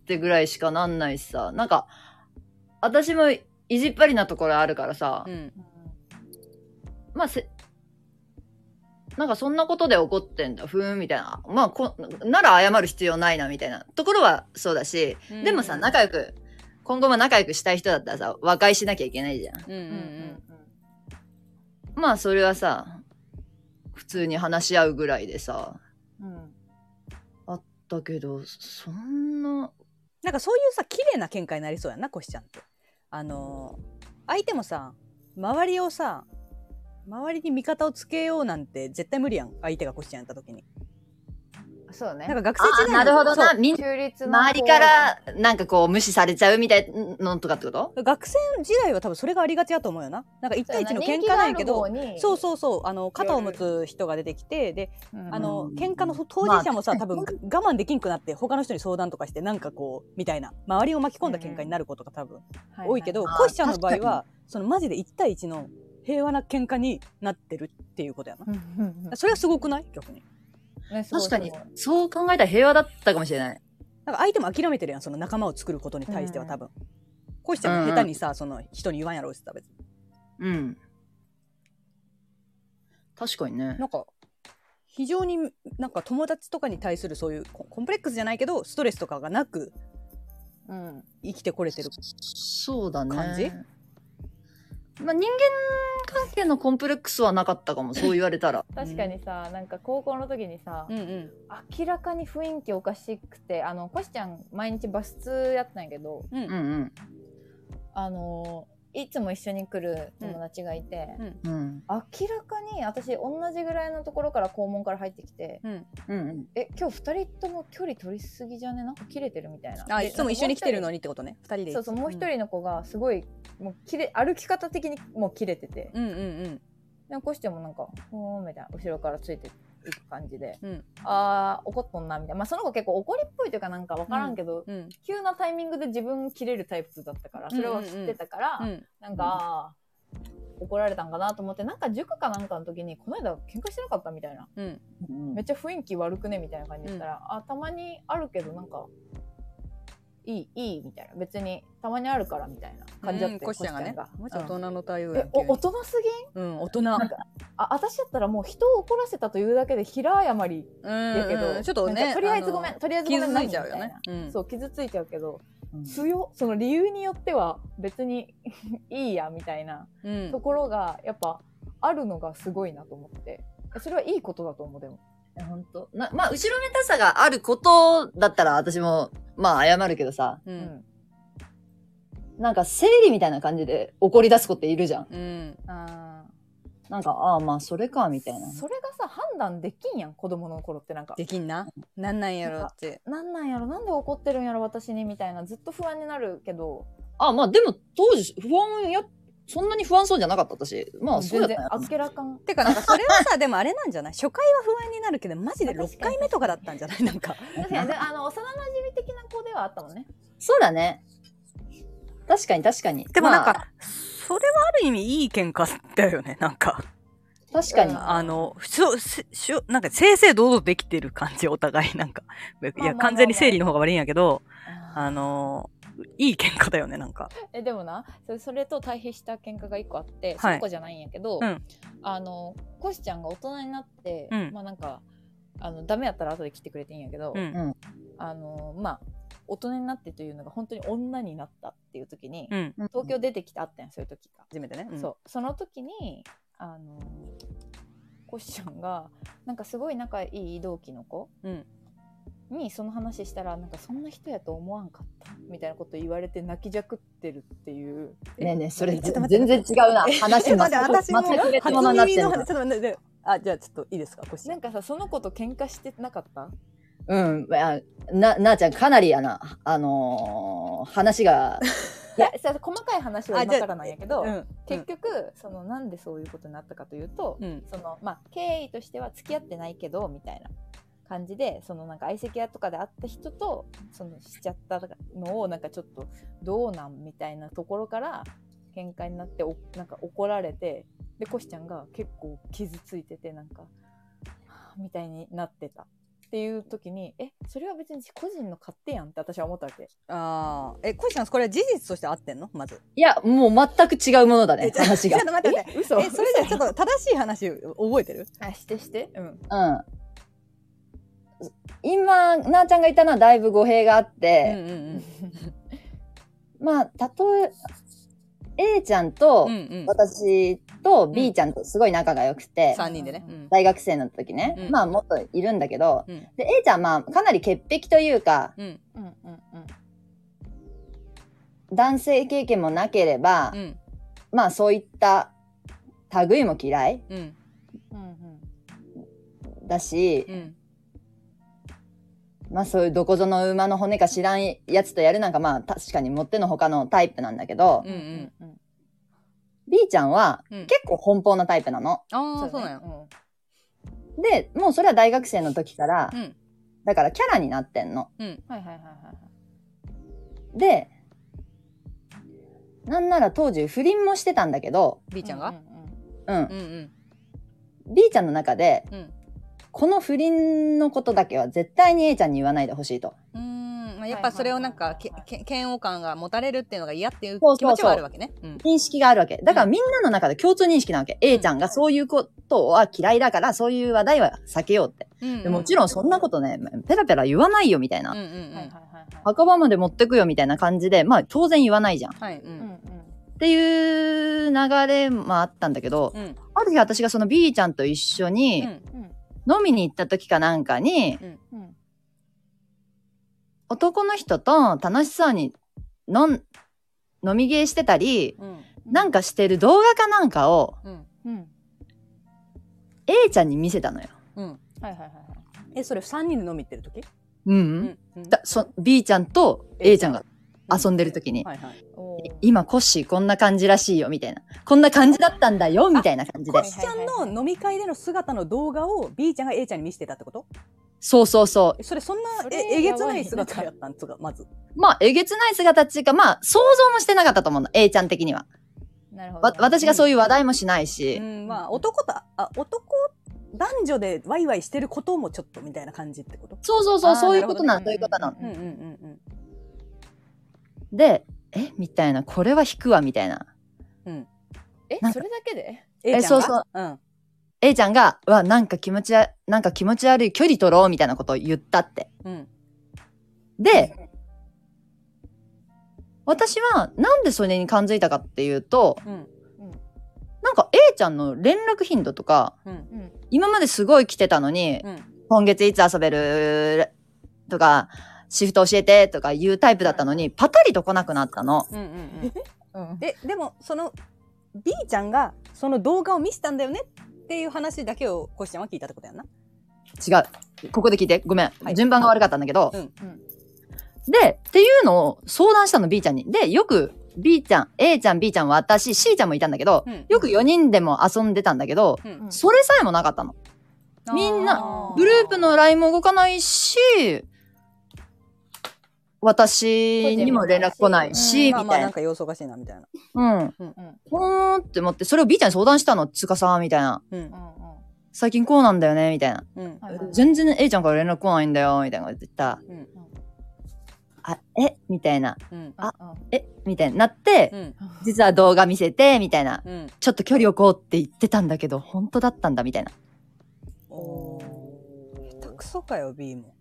[SPEAKER 3] てぐらいしかなんないしさ、なんか、私もいじっぱりなところあるからさ、
[SPEAKER 1] うん
[SPEAKER 3] まあせ、なんかそんなことで怒ってんだ、ふーん、みたいな。まあこ、なら謝る必要ないな、みたいなところはそうだし、でもさ、
[SPEAKER 1] うん
[SPEAKER 3] 仲良く、今後も仲良くしたい人だったらさ、和解しなきゃいけないじゃん。
[SPEAKER 1] うんう
[SPEAKER 2] う
[SPEAKER 1] ん
[SPEAKER 2] んうん
[SPEAKER 3] まあ、それはさ、普通に話し合うぐらいでさ、
[SPEAKER 2] うんうん
[SPEAKER 3] だけど、そんな、
[SPEAKER 1] なんかそういうさ綺麗な喧嘩になりそうやんなコシちゃんってあのー相手もさ周りをさ周りに味方をつけようなんて絶対無理やん相手がコシちゃんやった時に
[SPEAKER 2] そうね
[SPEAKER 1] なんか学生時代の
[SPEAKER 3] あなるほどな、みん
[SPEAKER 2] 中立の
[SPEAKER 3] 周りからなんかこう無視されちゃうみたいなのとかってこと
[SPEAKER 1] 学生時代は多分それがありがちだと思うよななんか一対一の喧嘩なんやけどそうそうそうあの肩を持つ人が出てきてで
[SPEAKER 2] うん
[SPEAKER 1] あの
[SPEAKER 3] うん
[SPEAKER 1] 喧嘩の当事者もさ、
[SPEAKER 3] まあ
[SPEAKER 1] 多分我慢できんくなって他の人に相談とかしてなんかこうみたいな周りを巻き込んだ喧嘩になることが多分
[SPEAKER 2] はは
[SPEAKER 1] 多いけど、
[SPEAKER 3] はい
[SPEAKER 1] コシちゃんの場合はそのマジで1対1の平和な喧嘩になってるっていうことやな
[SPEAKER 2] うんうんうん
[SPEAKER 1] それはすごくない逆に
[SPEAKER 2] ねすごい
[SPEAKER 3] 確かに
[SPEAKER 2] すごい
[SPEAKER 3] そう考えたら平和だったかもしれない。
[SPEAKER 1] なんか相手も諦めてるやんその仲間を作ることに対しては多分、コシちゃんも下手にさその人に言わんやろうしさ別に
[SPEAKER 3] うん。確かにね。
[SPEAKER 1] なんか非常になんか友達とかに対するそういうココンプレックスじゃないけどストレスとかがなく
[SPEAKER 2] うん
[SPEAKER 1] 生きてこれてる
[SPEAKER 3] そうだね。
[SPEAKER 1] 感じ
[SPEAKER 3] まあ人間関係のコンプレックスはなかった かも、そう言われたら。
[SPEAKER 2] 確かにさ、なんか高校の時にさ、
[SPEAKER 1] うんうん
[SPEAKER 2] 明らかに雰囲気おかしくてあのコシちゃん毎日バス通やったんやけど
[SPEAKER 1] うん
[SPEAKER 3] うんうん。
[SPEAKER 2] あのいつも一緒に来る友達がいて、
[SPEAKER 1] うん
[SPEAKER 3] うん。
[SPEAKER 2] 明らかに私同じぐらいのところから校門から入ってきて
[SPEAKER 1] うん
[SPEAKER 3] うんうん。
[SPEAKER 2] 「え今日2人とも距離取りすぎじゃねなんか切れてる」みたいな。
[SPEAKER 1] あ
[SPEAKER 2] で
[SPEAKER 1] いつも一緒に来てるの
[SPEAKER 2] なんか
[SPEAKER 1] にってことね二
[SPEAKER 2] も
[SPEAKER 1] 人
[SPEAKER 2] う一人
[SPEAKER 1] で
[SPEAKER 2] そうそうもう一人の子がすごいもう切れ歩き方的にもう切れてて
[SPEAKER 1] うんうんうん
[SPEAKER 2] でもコシちゃんもなんか「ほーん」みたいな後ろからついていく感じで「
[SPEAKER 1] うん
[SPEAKER 2] あー怒っとんな」みたいな、まあ、その子結構怒りっぽいというかなんか分からんけど、
[SPEAKER 1] うん
[SPEAKER 2] 急なタイミングで自分切れるタイプだったからそれは知ってたから、
[SPEAKER 1] うん
[SPEAKER 2] なんか、怒られたんかなと思ってなんか塾かなんかの時にこの間喧嘩してなかったみたいな
[SPEAKER 1] うん
[SPEAKER 3] うん
[SPEAKER 2] めっちゃ雰囲気悪くねみたいな感じで言ったら、あたまにあるけどなんかいいいいみたいな別にたまにあるからみたいな感じだったよ
[SPEAKER 1] コシちゃんがねもうちょっと大人の対応
[SPEAKER 2] うん
[SPEAKER 1] や
[SPEAKER 2] え
[SPEAKER 1] ん急に
[SPEAKER 2] お大人すぎん
[SPEAKER 1] うん大人
[SPEAKER 2] あ私だったらもう人を怒らせたというだけで平謝り
[SPEAKER 1] うん
[SPEAKER 2] やけど、
[SPEAKER 1] うんちょっと
[SPEAKER 2] なん
[SPEAKER 1] ね
[SPEAKER 2] かとりあえずごめん
[SPEAKER 1] の
[SPEAKER 2] とりあえずごめ
[SPEAKER 1] 傷
[SPEAKER 2] ん
[SPEAKER 1] ついちゃうよ
[SPEAKER 2] 何み
[SPEAKER 1] ね
[SPEAKER 2] たいな
[SPEAKER 1] うん
[SPEAKER 2] そう傷ついちゃうけど
[SPEAKER 3] うん
[SPEAKER 2] 強その理由によっては別にいいやみたいな
[SPEAKER 1] うん
[SPEAKER 2] ところがやっぱあるのがすごいなと思ってそれはいいことだと思うでも
[SPEAKER 3] 本当なまあ、後ろめたさがあることだったら私も、まあ、謝るけどさ、
[SPEAKER 1] う
[SPEAKER 2] うんん
[SPEAKER 3] なんか生理みたいな感じで怒り出す子っているじゃん。
[SPEAKER 1] うん
[SPEAKER 2] あ
[SPEAKER 3] なんか、ああ、まあ、それか、みたいな。
[SPEAKER 2] ーそれがさ判断できんやん子供の頃ってなんか
[SPEAKER 1] できんななんなんやろって
[SPEAKER 2] なんなんやろなんで怒ってるんやろ私にみたいなずっと不安になるけど
[SPEAKER 3] あ、まあでも当時不安や、そんなに不安そうじゃなかった私。まあそう
[SPEAKER 2] 全
[SPEAKER 3] だっ
[SPEAKER 2] 然
[SPEAKER 3] た
[SPEAKER 2] あつけらかん
[SPEAKER 1] てかなんかそれはさ でもあれなんじゃない初回は不安になるけどマジで
[SPEAKER 2] 確かに
[SPEAKER 1] 6回目とかだったんじゃないなんか
[SPEAKER 2] 確かにであの幼馴染的な子ではあったもんね
[SPEAKER 3] そうだね。確かに確かに。
[SPEAKER 1] でもなんか、
[SPEAKER 3] ま
[SPEAKER 1] それはある意味いい喧嘩だよねなんか
[SPEAKER 3] あ確か
[SPEAKER 2] う
[SPEAKER 3] に
[SPEAKER 2] ん。
[SPEAKER 1] あの普通ししょなんか正々堂々できてる感じお互いなんかい
[SPEAKER 2] まあまあ
[SPEAKER 1] や
[SPEAKER 2] まあ
[SPEAKER 1] 完全に生理の方が悪いんやけどあのいい喧嘩だよねなんか
[SPEAKER 2] えでもなそれそれと対比した喧嘩が一個あって、
[SPEAKER 1] はい
[SPEAKER 2] その子じゃないんやけど、
[SPEAKER 1] うん
[SPEAKER 2] あのコシちゃんが大人になって、
[SPEAKER 1] うん
[SPEAKER 2] まあなんかあのダメやったら後で来てくれていいんやけど、
[SPEAKER 1] うん
[SPEAKER 2] あのまあ大人になってというのが本当に女になったっていう時に、
[SPEAKER 1] うん
[SPEAKER 2] 東京出てきたあったんやそういう時が、
[SPEAKER 1] 初めてねうん
[SPEAKER 2] そうその時にあのコシちゃんがなんかすごい仲いい同期の子
[SPEAKER 1] うん
[SPEAKER 2] にその話したらなんかそんな人やと思わんかったみたいなこと言われて泣きじゃくってるっていう
[SPEAKER 3] ねえねえ、それ
[SPEAKER 1] ちょっと待って
[SPEAKER 3] 全然違うな。話
[SPEAKER 1] え
[SPEAKER 3] が
[SPEAKER 1] 待って私も
[SPEAKER 3] 全く別物になって
[SPEAKER 1] 初耳
[SPEAKER 3] る
[SPEAKER 1] の話ちょっと待ってあじゃあちょっといいですかコシちゃ
[SPEAKER 2] なんんかさその子と喧嘩してなかった
[SPEAKER 3] うん。あな、なあちゃん、かなりやな。あのー話が、
[SPEAKER 2] いやさ細かい話は
[SPEAKER 1] あじゃ
[SPEAKER 2] 今
[SPEAKER 1] あ
[SPEAKER 2] からなんやけど、
[SPEAKER 1] うん
[SPEAKER 2] 結局、そのなんでそういうことになったかというと、
[SPEAKER 1] うん
[SPEAKER 2] そのまあ経緯としては付き合ってないけどみたいな感じでそのなんか相席屋とかで会った人とそのしちゃったのをなんかちょっとどうなんみたいなところから喧嘩になっておなんか怒られてでコシちゃんが結構傷ついててなんかはぁみたいになってたっていう時にえそれは別に個人の勝手やんって私は思ったわけ
[SPEAKER 1] ああえコシさんこれは事実として合ってんのまず
[SPEAKER 3] いや、もう全く違うものだね、
[SPEAKER 1] え
[SPEAKER 3] 話が
[SPEAKER 1] ちょ。っと待って待って
[SPEAKER 2] え嘘
[SPEAKER 1] えそれじゃあちょっと正しい話覚えてる
[SPEAKER 2] あしてしてうん
[SPEAKER 3] うん。今、なあちゃんが言ったのはだいぶ語弊があっ
[SPEAKER 1] うん
[SPEAKER 3] て、
[SPEAKER 1] うん
[SPEAKER 3] まあ、たとえ、A ちゃんと、
[SPEAKER 1] うんうん
[SPEAKER 3] 私と B ちゃんとすごい仲が良くて、
[SPEAKER 1] 3人でねうん
[SPEAKER 3] 大学生の時ね、
[SPEAKER 1] うん
[SPEAKER 3] まあもっといるんだけど、
[SPEAKER 1] うん
[SPEAKER 3] で A ちゃんはまあかなり潔癖というか
[SPEAKER 1] うん
[SPEAKER 2] うんうんうん
[SPEAKER 3] 男性経験もなければ、
[SPEAKER 1] うん
[SPEAKER 3] まあそういった類も嫌い
[SPEAKER 1] うん
[SPEAKER 2] うん
[SPEAKER 3] だし、
[SPEAKER 1] うん
[SPEAKER 3] まあそういうどこぞの馬の骨か知らんやつとやるなんかまあ確かにもってのほかのタイプなんだけど、
[SPEAKER 1] うんうん
[SPEAKER 2] うん
[SPEAKER 3] B ちゃんは
[SPEAKER 1] うん
[SPEAKER 3] 結構奔放なタイプなの。
[SPEAKER 1] ああそうなんや
[SPEAKER 2] よ
[SPEAKER 3] でもうそれは大学生の時から、
[SPEAKER 1] うん
[SPEAKER 3] だからキャラになってんの。
[SPEAKER 2] はいはいはいはい
[SPEAKER 3] で、なんなら当時不倫もしてたんだけど、
[SPEAKER 1] B ちゃん
[SPEAKER 2] う
[SPEAKER 1] が
[SPEAKER 2] う
[SPEAKER 3] うん
[SPEAKER 1] う。んうん
[SPEAKER 3] B ちゃんの中で、
[SPEAKER 1] うん
[SPEAKER 3] この不倫のことだけは絶対に A ちゃんに言わないでほしいと。
[SPEAKER 1] うーんまあやっぱそれをなんかけけ嫌悪感が持たれるっていうのが嫌っていう
[SPEAKER 3] そうそうそう
[SPEAKER 1] 気持ちはあるわけねうん
[SPEAKER 3] 認識があるわけ。だから
[SPEAKER 1] うん
[SPEAKER 3] みんなの中で共通認識なわけ。A ちゃんがそういうことは嫌いだから、そういう話題は避けようって。
[SPEAKER 1] うん
[SPEAKER 3] でもちろんそんなことね、ペラペラ言わないよみたいな。
[SPEAKER 1] うんうんうん
[SPEAKER 2] んはいはいはいはい
[SPEAKER 3] 墓場まで持ってくよみたいな感じで、まあ当然言わないじゃん。っ
[SPEAKER 1] はいうん
[SPEAKER 2] うんうん
[SPEAKER 3] ていう流れもあったんだけど、
[SPEAKER 1] うん
[SPEAKER 3] ある日私がその B ちゃんと一緒に
[SPEAKER 1] うん
[SPEAKER 3] 飲みに行った時かなんかに、
[SPEAKER 2] うん
[SPEAKER 3] 男の人と楽しそうに飲ん、飲みゲーしてたり、
[SPEAKER 1] うん
[SPEAKER 3] なんかしてる動画かなんかを
[SPEAKER 1] うん
[SPEAKER 2] うん。
[SPEAKER 3] A ちゃんに見せたのよ。
[SPEAKER 1] うん
[SPEAKER 2] はいはいはいはい。
[SPEAKER 1] えそれ3人で飲み行ってる時
[SPEAKER 3] うん、う。
[SPEAKER 1] うんん
[SPEAKER 3] だそ B ちゃんと A ちゃんが遊んでる時に、
[SPEAKER 1] はいはい
[SPEAKER 2] おー
[SPEAKER 3] 今コッシーこんな感じらしいよみたいな。こんな感じだったんだよみたいな感じ
[SPEAKER 1] コ
[SPEAKER 3] で
[SPEAKER 2] あ。
[SPEAKER 1] シちゃんの飲み会での姿の動画を B ちゃんが A ちゃんに見せてたってこと
[SPEAKER 3] そうそうそ
[SPEAKER 1] えそれそんな
[SPEAKER 2] それ
[SPEAKER 1] ええげつ
[SPEAKER 2] やば
[SPEAKER 1] ないい
[SPEAKER 2] ね
[SPEAKER 1] 姿やったんつうかまず
[SPEAKER 3] う。まあ、えげつない姿っていうか、まあ、想像もしてなかったと思うの。A ちゃん的には。
[SPEAKER 2] なるほど。
[SPEAKER 3] わ私がそう
[SPEAKER 2] い
[SPEAKER 3] いう話題もしないし
[SPEAKER 1] う。んまあ男とあ男男女でワイワイしてることもちょっとみたいな感じってこと
[SPEAKER 3] そうそうそう、
[SPEAKER 1] あー
[SPEAKER 3] そういうことなの、
[SPEAKER 2] なるほ
[SPEAKER 3] そ
[SPEAKER 2] ど
[SPEAKER 3] うい
[SPEAKER 2] ね
[SPEAKER 3] うことなの。
[SPEAKER 1] うんうんうん
[SPEAKER 3] で、えみたいな、これは引くわ、みたいな。
[SPEAKER 2] うん。
[SPEAKER 3] な
[SPEAKER 2] え、
[SPEAKER 3] んか
[SPEAKER 2] それだけで
[SPEAKER 1] うん A ちゃんが
[SPEAKER 3] そうそう
[SPEAKER 1] うん
[SPEAKER 3] A ちゃんが、うわ、なんか気持ちわ、なんか気持ち悪い距離取ろうみたいなことを言ったって。
[SPEAKER 1] うん
[SPEAKER 3] で、私はなんでそれに感づいたかっていうと、
[SPEAKER 1] うん
[SPEAKER 3] なんか A ちゃんの連絡頻度とか、
[SPEAKER 1] うん
[SPEAKER 2] うん。
[SPEAKER 3] 今まですごい来てたのに、
[SPEAKER 1] うん
[SPEAKER 3] 今月いつ遊べるとか、シフト教えてとかいうタイプだったのに、パタリと来なくなったの。
[SPEAKER 1] うんうん
[SPEAKER 2] うん。
[SPEAKER 1] ででもその B ちゃんがその動画を見せたんだよねっていう話だけをコシちゃんは聞いたってことやんな
[SPEAKER 3] 違う。ここで聞いて。ごめん。
[SPEAKER 1] はい
[SPEAKER 3] 順番が悪かったんだけど。
[SPEAKER 1] うん
[SPEAKER 2] うん
[SPEAKER 3] で、っていうのを相談したの、B ちゃんに。で、よく、B ちゃん、A ちゃん、B ちゃん、私、C ちゃんもいたんだけど、
[SPEAKER 1] うん
[SPEAKER 3] よく4人でも遊んでたんだけど、
[SPEAKER 1] うん
[SPEAKER 2] うん
[SPEAKER 3] それさえもなかったの。みんな
[SPEAKER 1] あ
[SPEAKER 3] グループの LINE も動かないし、私にも連絡来ないし、
[SPEAKER 2] い
[SPEAKER 1] まあ
[SPEAKER 3] み
[SPEAKER 1] まあ
[SPEAKER 3] たい
[SPEAKER 1] な。
[SPEAKER 3] なん
[SPEAKER 1] か様子おかしいなみたいな
[SPEAKER 3] うん。
[SPEAKER 2] うん。
[SPEAKER 3] ほーんって思って、それを B ちゃんに相談したの、つかさん、みたいな。
[SPEAKER 1] うん
[SPEAKER 2] うん
[SPEAKER 3] 最近こうなんだよね、みたいな。
[SPEAKER 1] うん
[SPEAKER 2] はいはい
[SPEAKER 3] 全然 A ちゃんから連絡来ないんだよ、みたいなこと言ったら、
[SPEAKER 1] うん
[SPEAKER 3] あ、えみたいな。
[SPEAKER 1] うん
[SPEAKER 3] あ
[SPEAKER 2] うん
[SPEAKER 3] えみたいになって、
[SPEAKER 1] うん
[SPEAKER 3] 実は動画見せて、みたいな。
[SPEAKER 1] うん
[SPEAKER 3] ちょっと距離を置こうって言ってたんだけど、本当だったんだ、みたいな。
[SPEAKER 1] おー下手くそかよ B も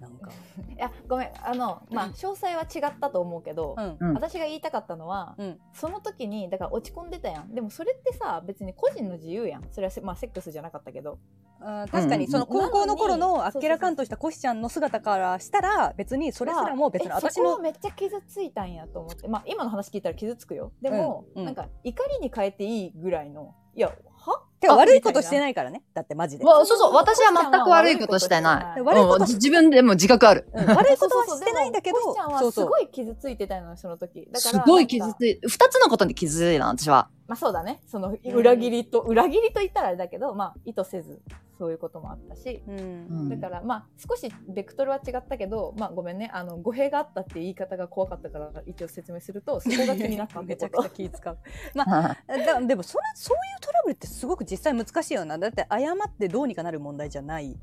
[SPEAKER 1] なんか
[SPEAKER 2] いや、ごめん。あの、まあ、詳細は違ったと思うけど、
[SPEAKER 1] ん
[SPEAKER 3] うん
[SPEAKER 2] 私が言いたかったのは、
[SPEAKER 1] うん
[SPEAKER 2] その時にだから落ち込んでたやんでもそれってさ別に個人の自由やんそれはせ、まあ、セックスじゃなかったけど
[SPEAKER 1] あー確か
[SPEAKER 3] う
[SPEAKER 1] に
[SPEAKER 3] ん
[SPEAKER 1] その高校の頃
[SPEAKER 2] なの
[SPEAKER 1] の
[SPEAKER 2] に
[SPEAKER 1] あっけらかんとしたコシちゃんの姿からしたら別にそれすらも別に
[SPEAKER 2] まあえ
[SPEAKER 1] 私
[SPEAKER 2] そこ
[SPEAKER 1] の
[SPEAKER 2] はめっちゃ傷ついたんやと思ってまあ今の話聞いたら傷つくよでも、
[SPEAKER 1] うんうん
[SPEAKER 2] なんか怒りに変えていいぐらいのいやは
[SPEAKER 1] てか悪いことしてないからねだってマジで、
[SPEAKER 3] わそうそう、私は全く悪いことしてない。
[SPEAKER 1] い
[SPEAKER 3] うん
[SPEAKER 1] 悪いことし
[SPEAKER 3] 自分でも自覚ある。
[SPEAKER 1] うん悪いことはしてないんだけど
[SPEAKER 2] そうそうそうでもコシちゃんはすごい傷ついてたのよその時だから
[SPEAKER 3] すごい傷つい、二つのことに気づいたの、私は。
[SPEAKER 2] まあそうだね。その裏切りと、裏切りと言ったらあれだけど、まあ意図せずそういうこともあったし、
[SPEAKER 1] うん。
[SPEAKER 2] だからまあ少しベクトルは違ったけど、まあごめんね、あの語弊があったって言い方が怖かったから一応説明すると、そこが気になったん
[SPEAKER 1] め
[SPEAKER 2] で
[SPEAKER 1] ちゃ
[SPEAKER 2] こ
[SPEAKER 1] くちゃ
[SPEAKER 2] と。
[SPEAKER 1] 気使う。
[SPEAKER 3] ら、
[SPEAKER 1] だでもそれそういうトラブルってすごく実際難しいよな。だって謝ってどうにかなる問題じゃない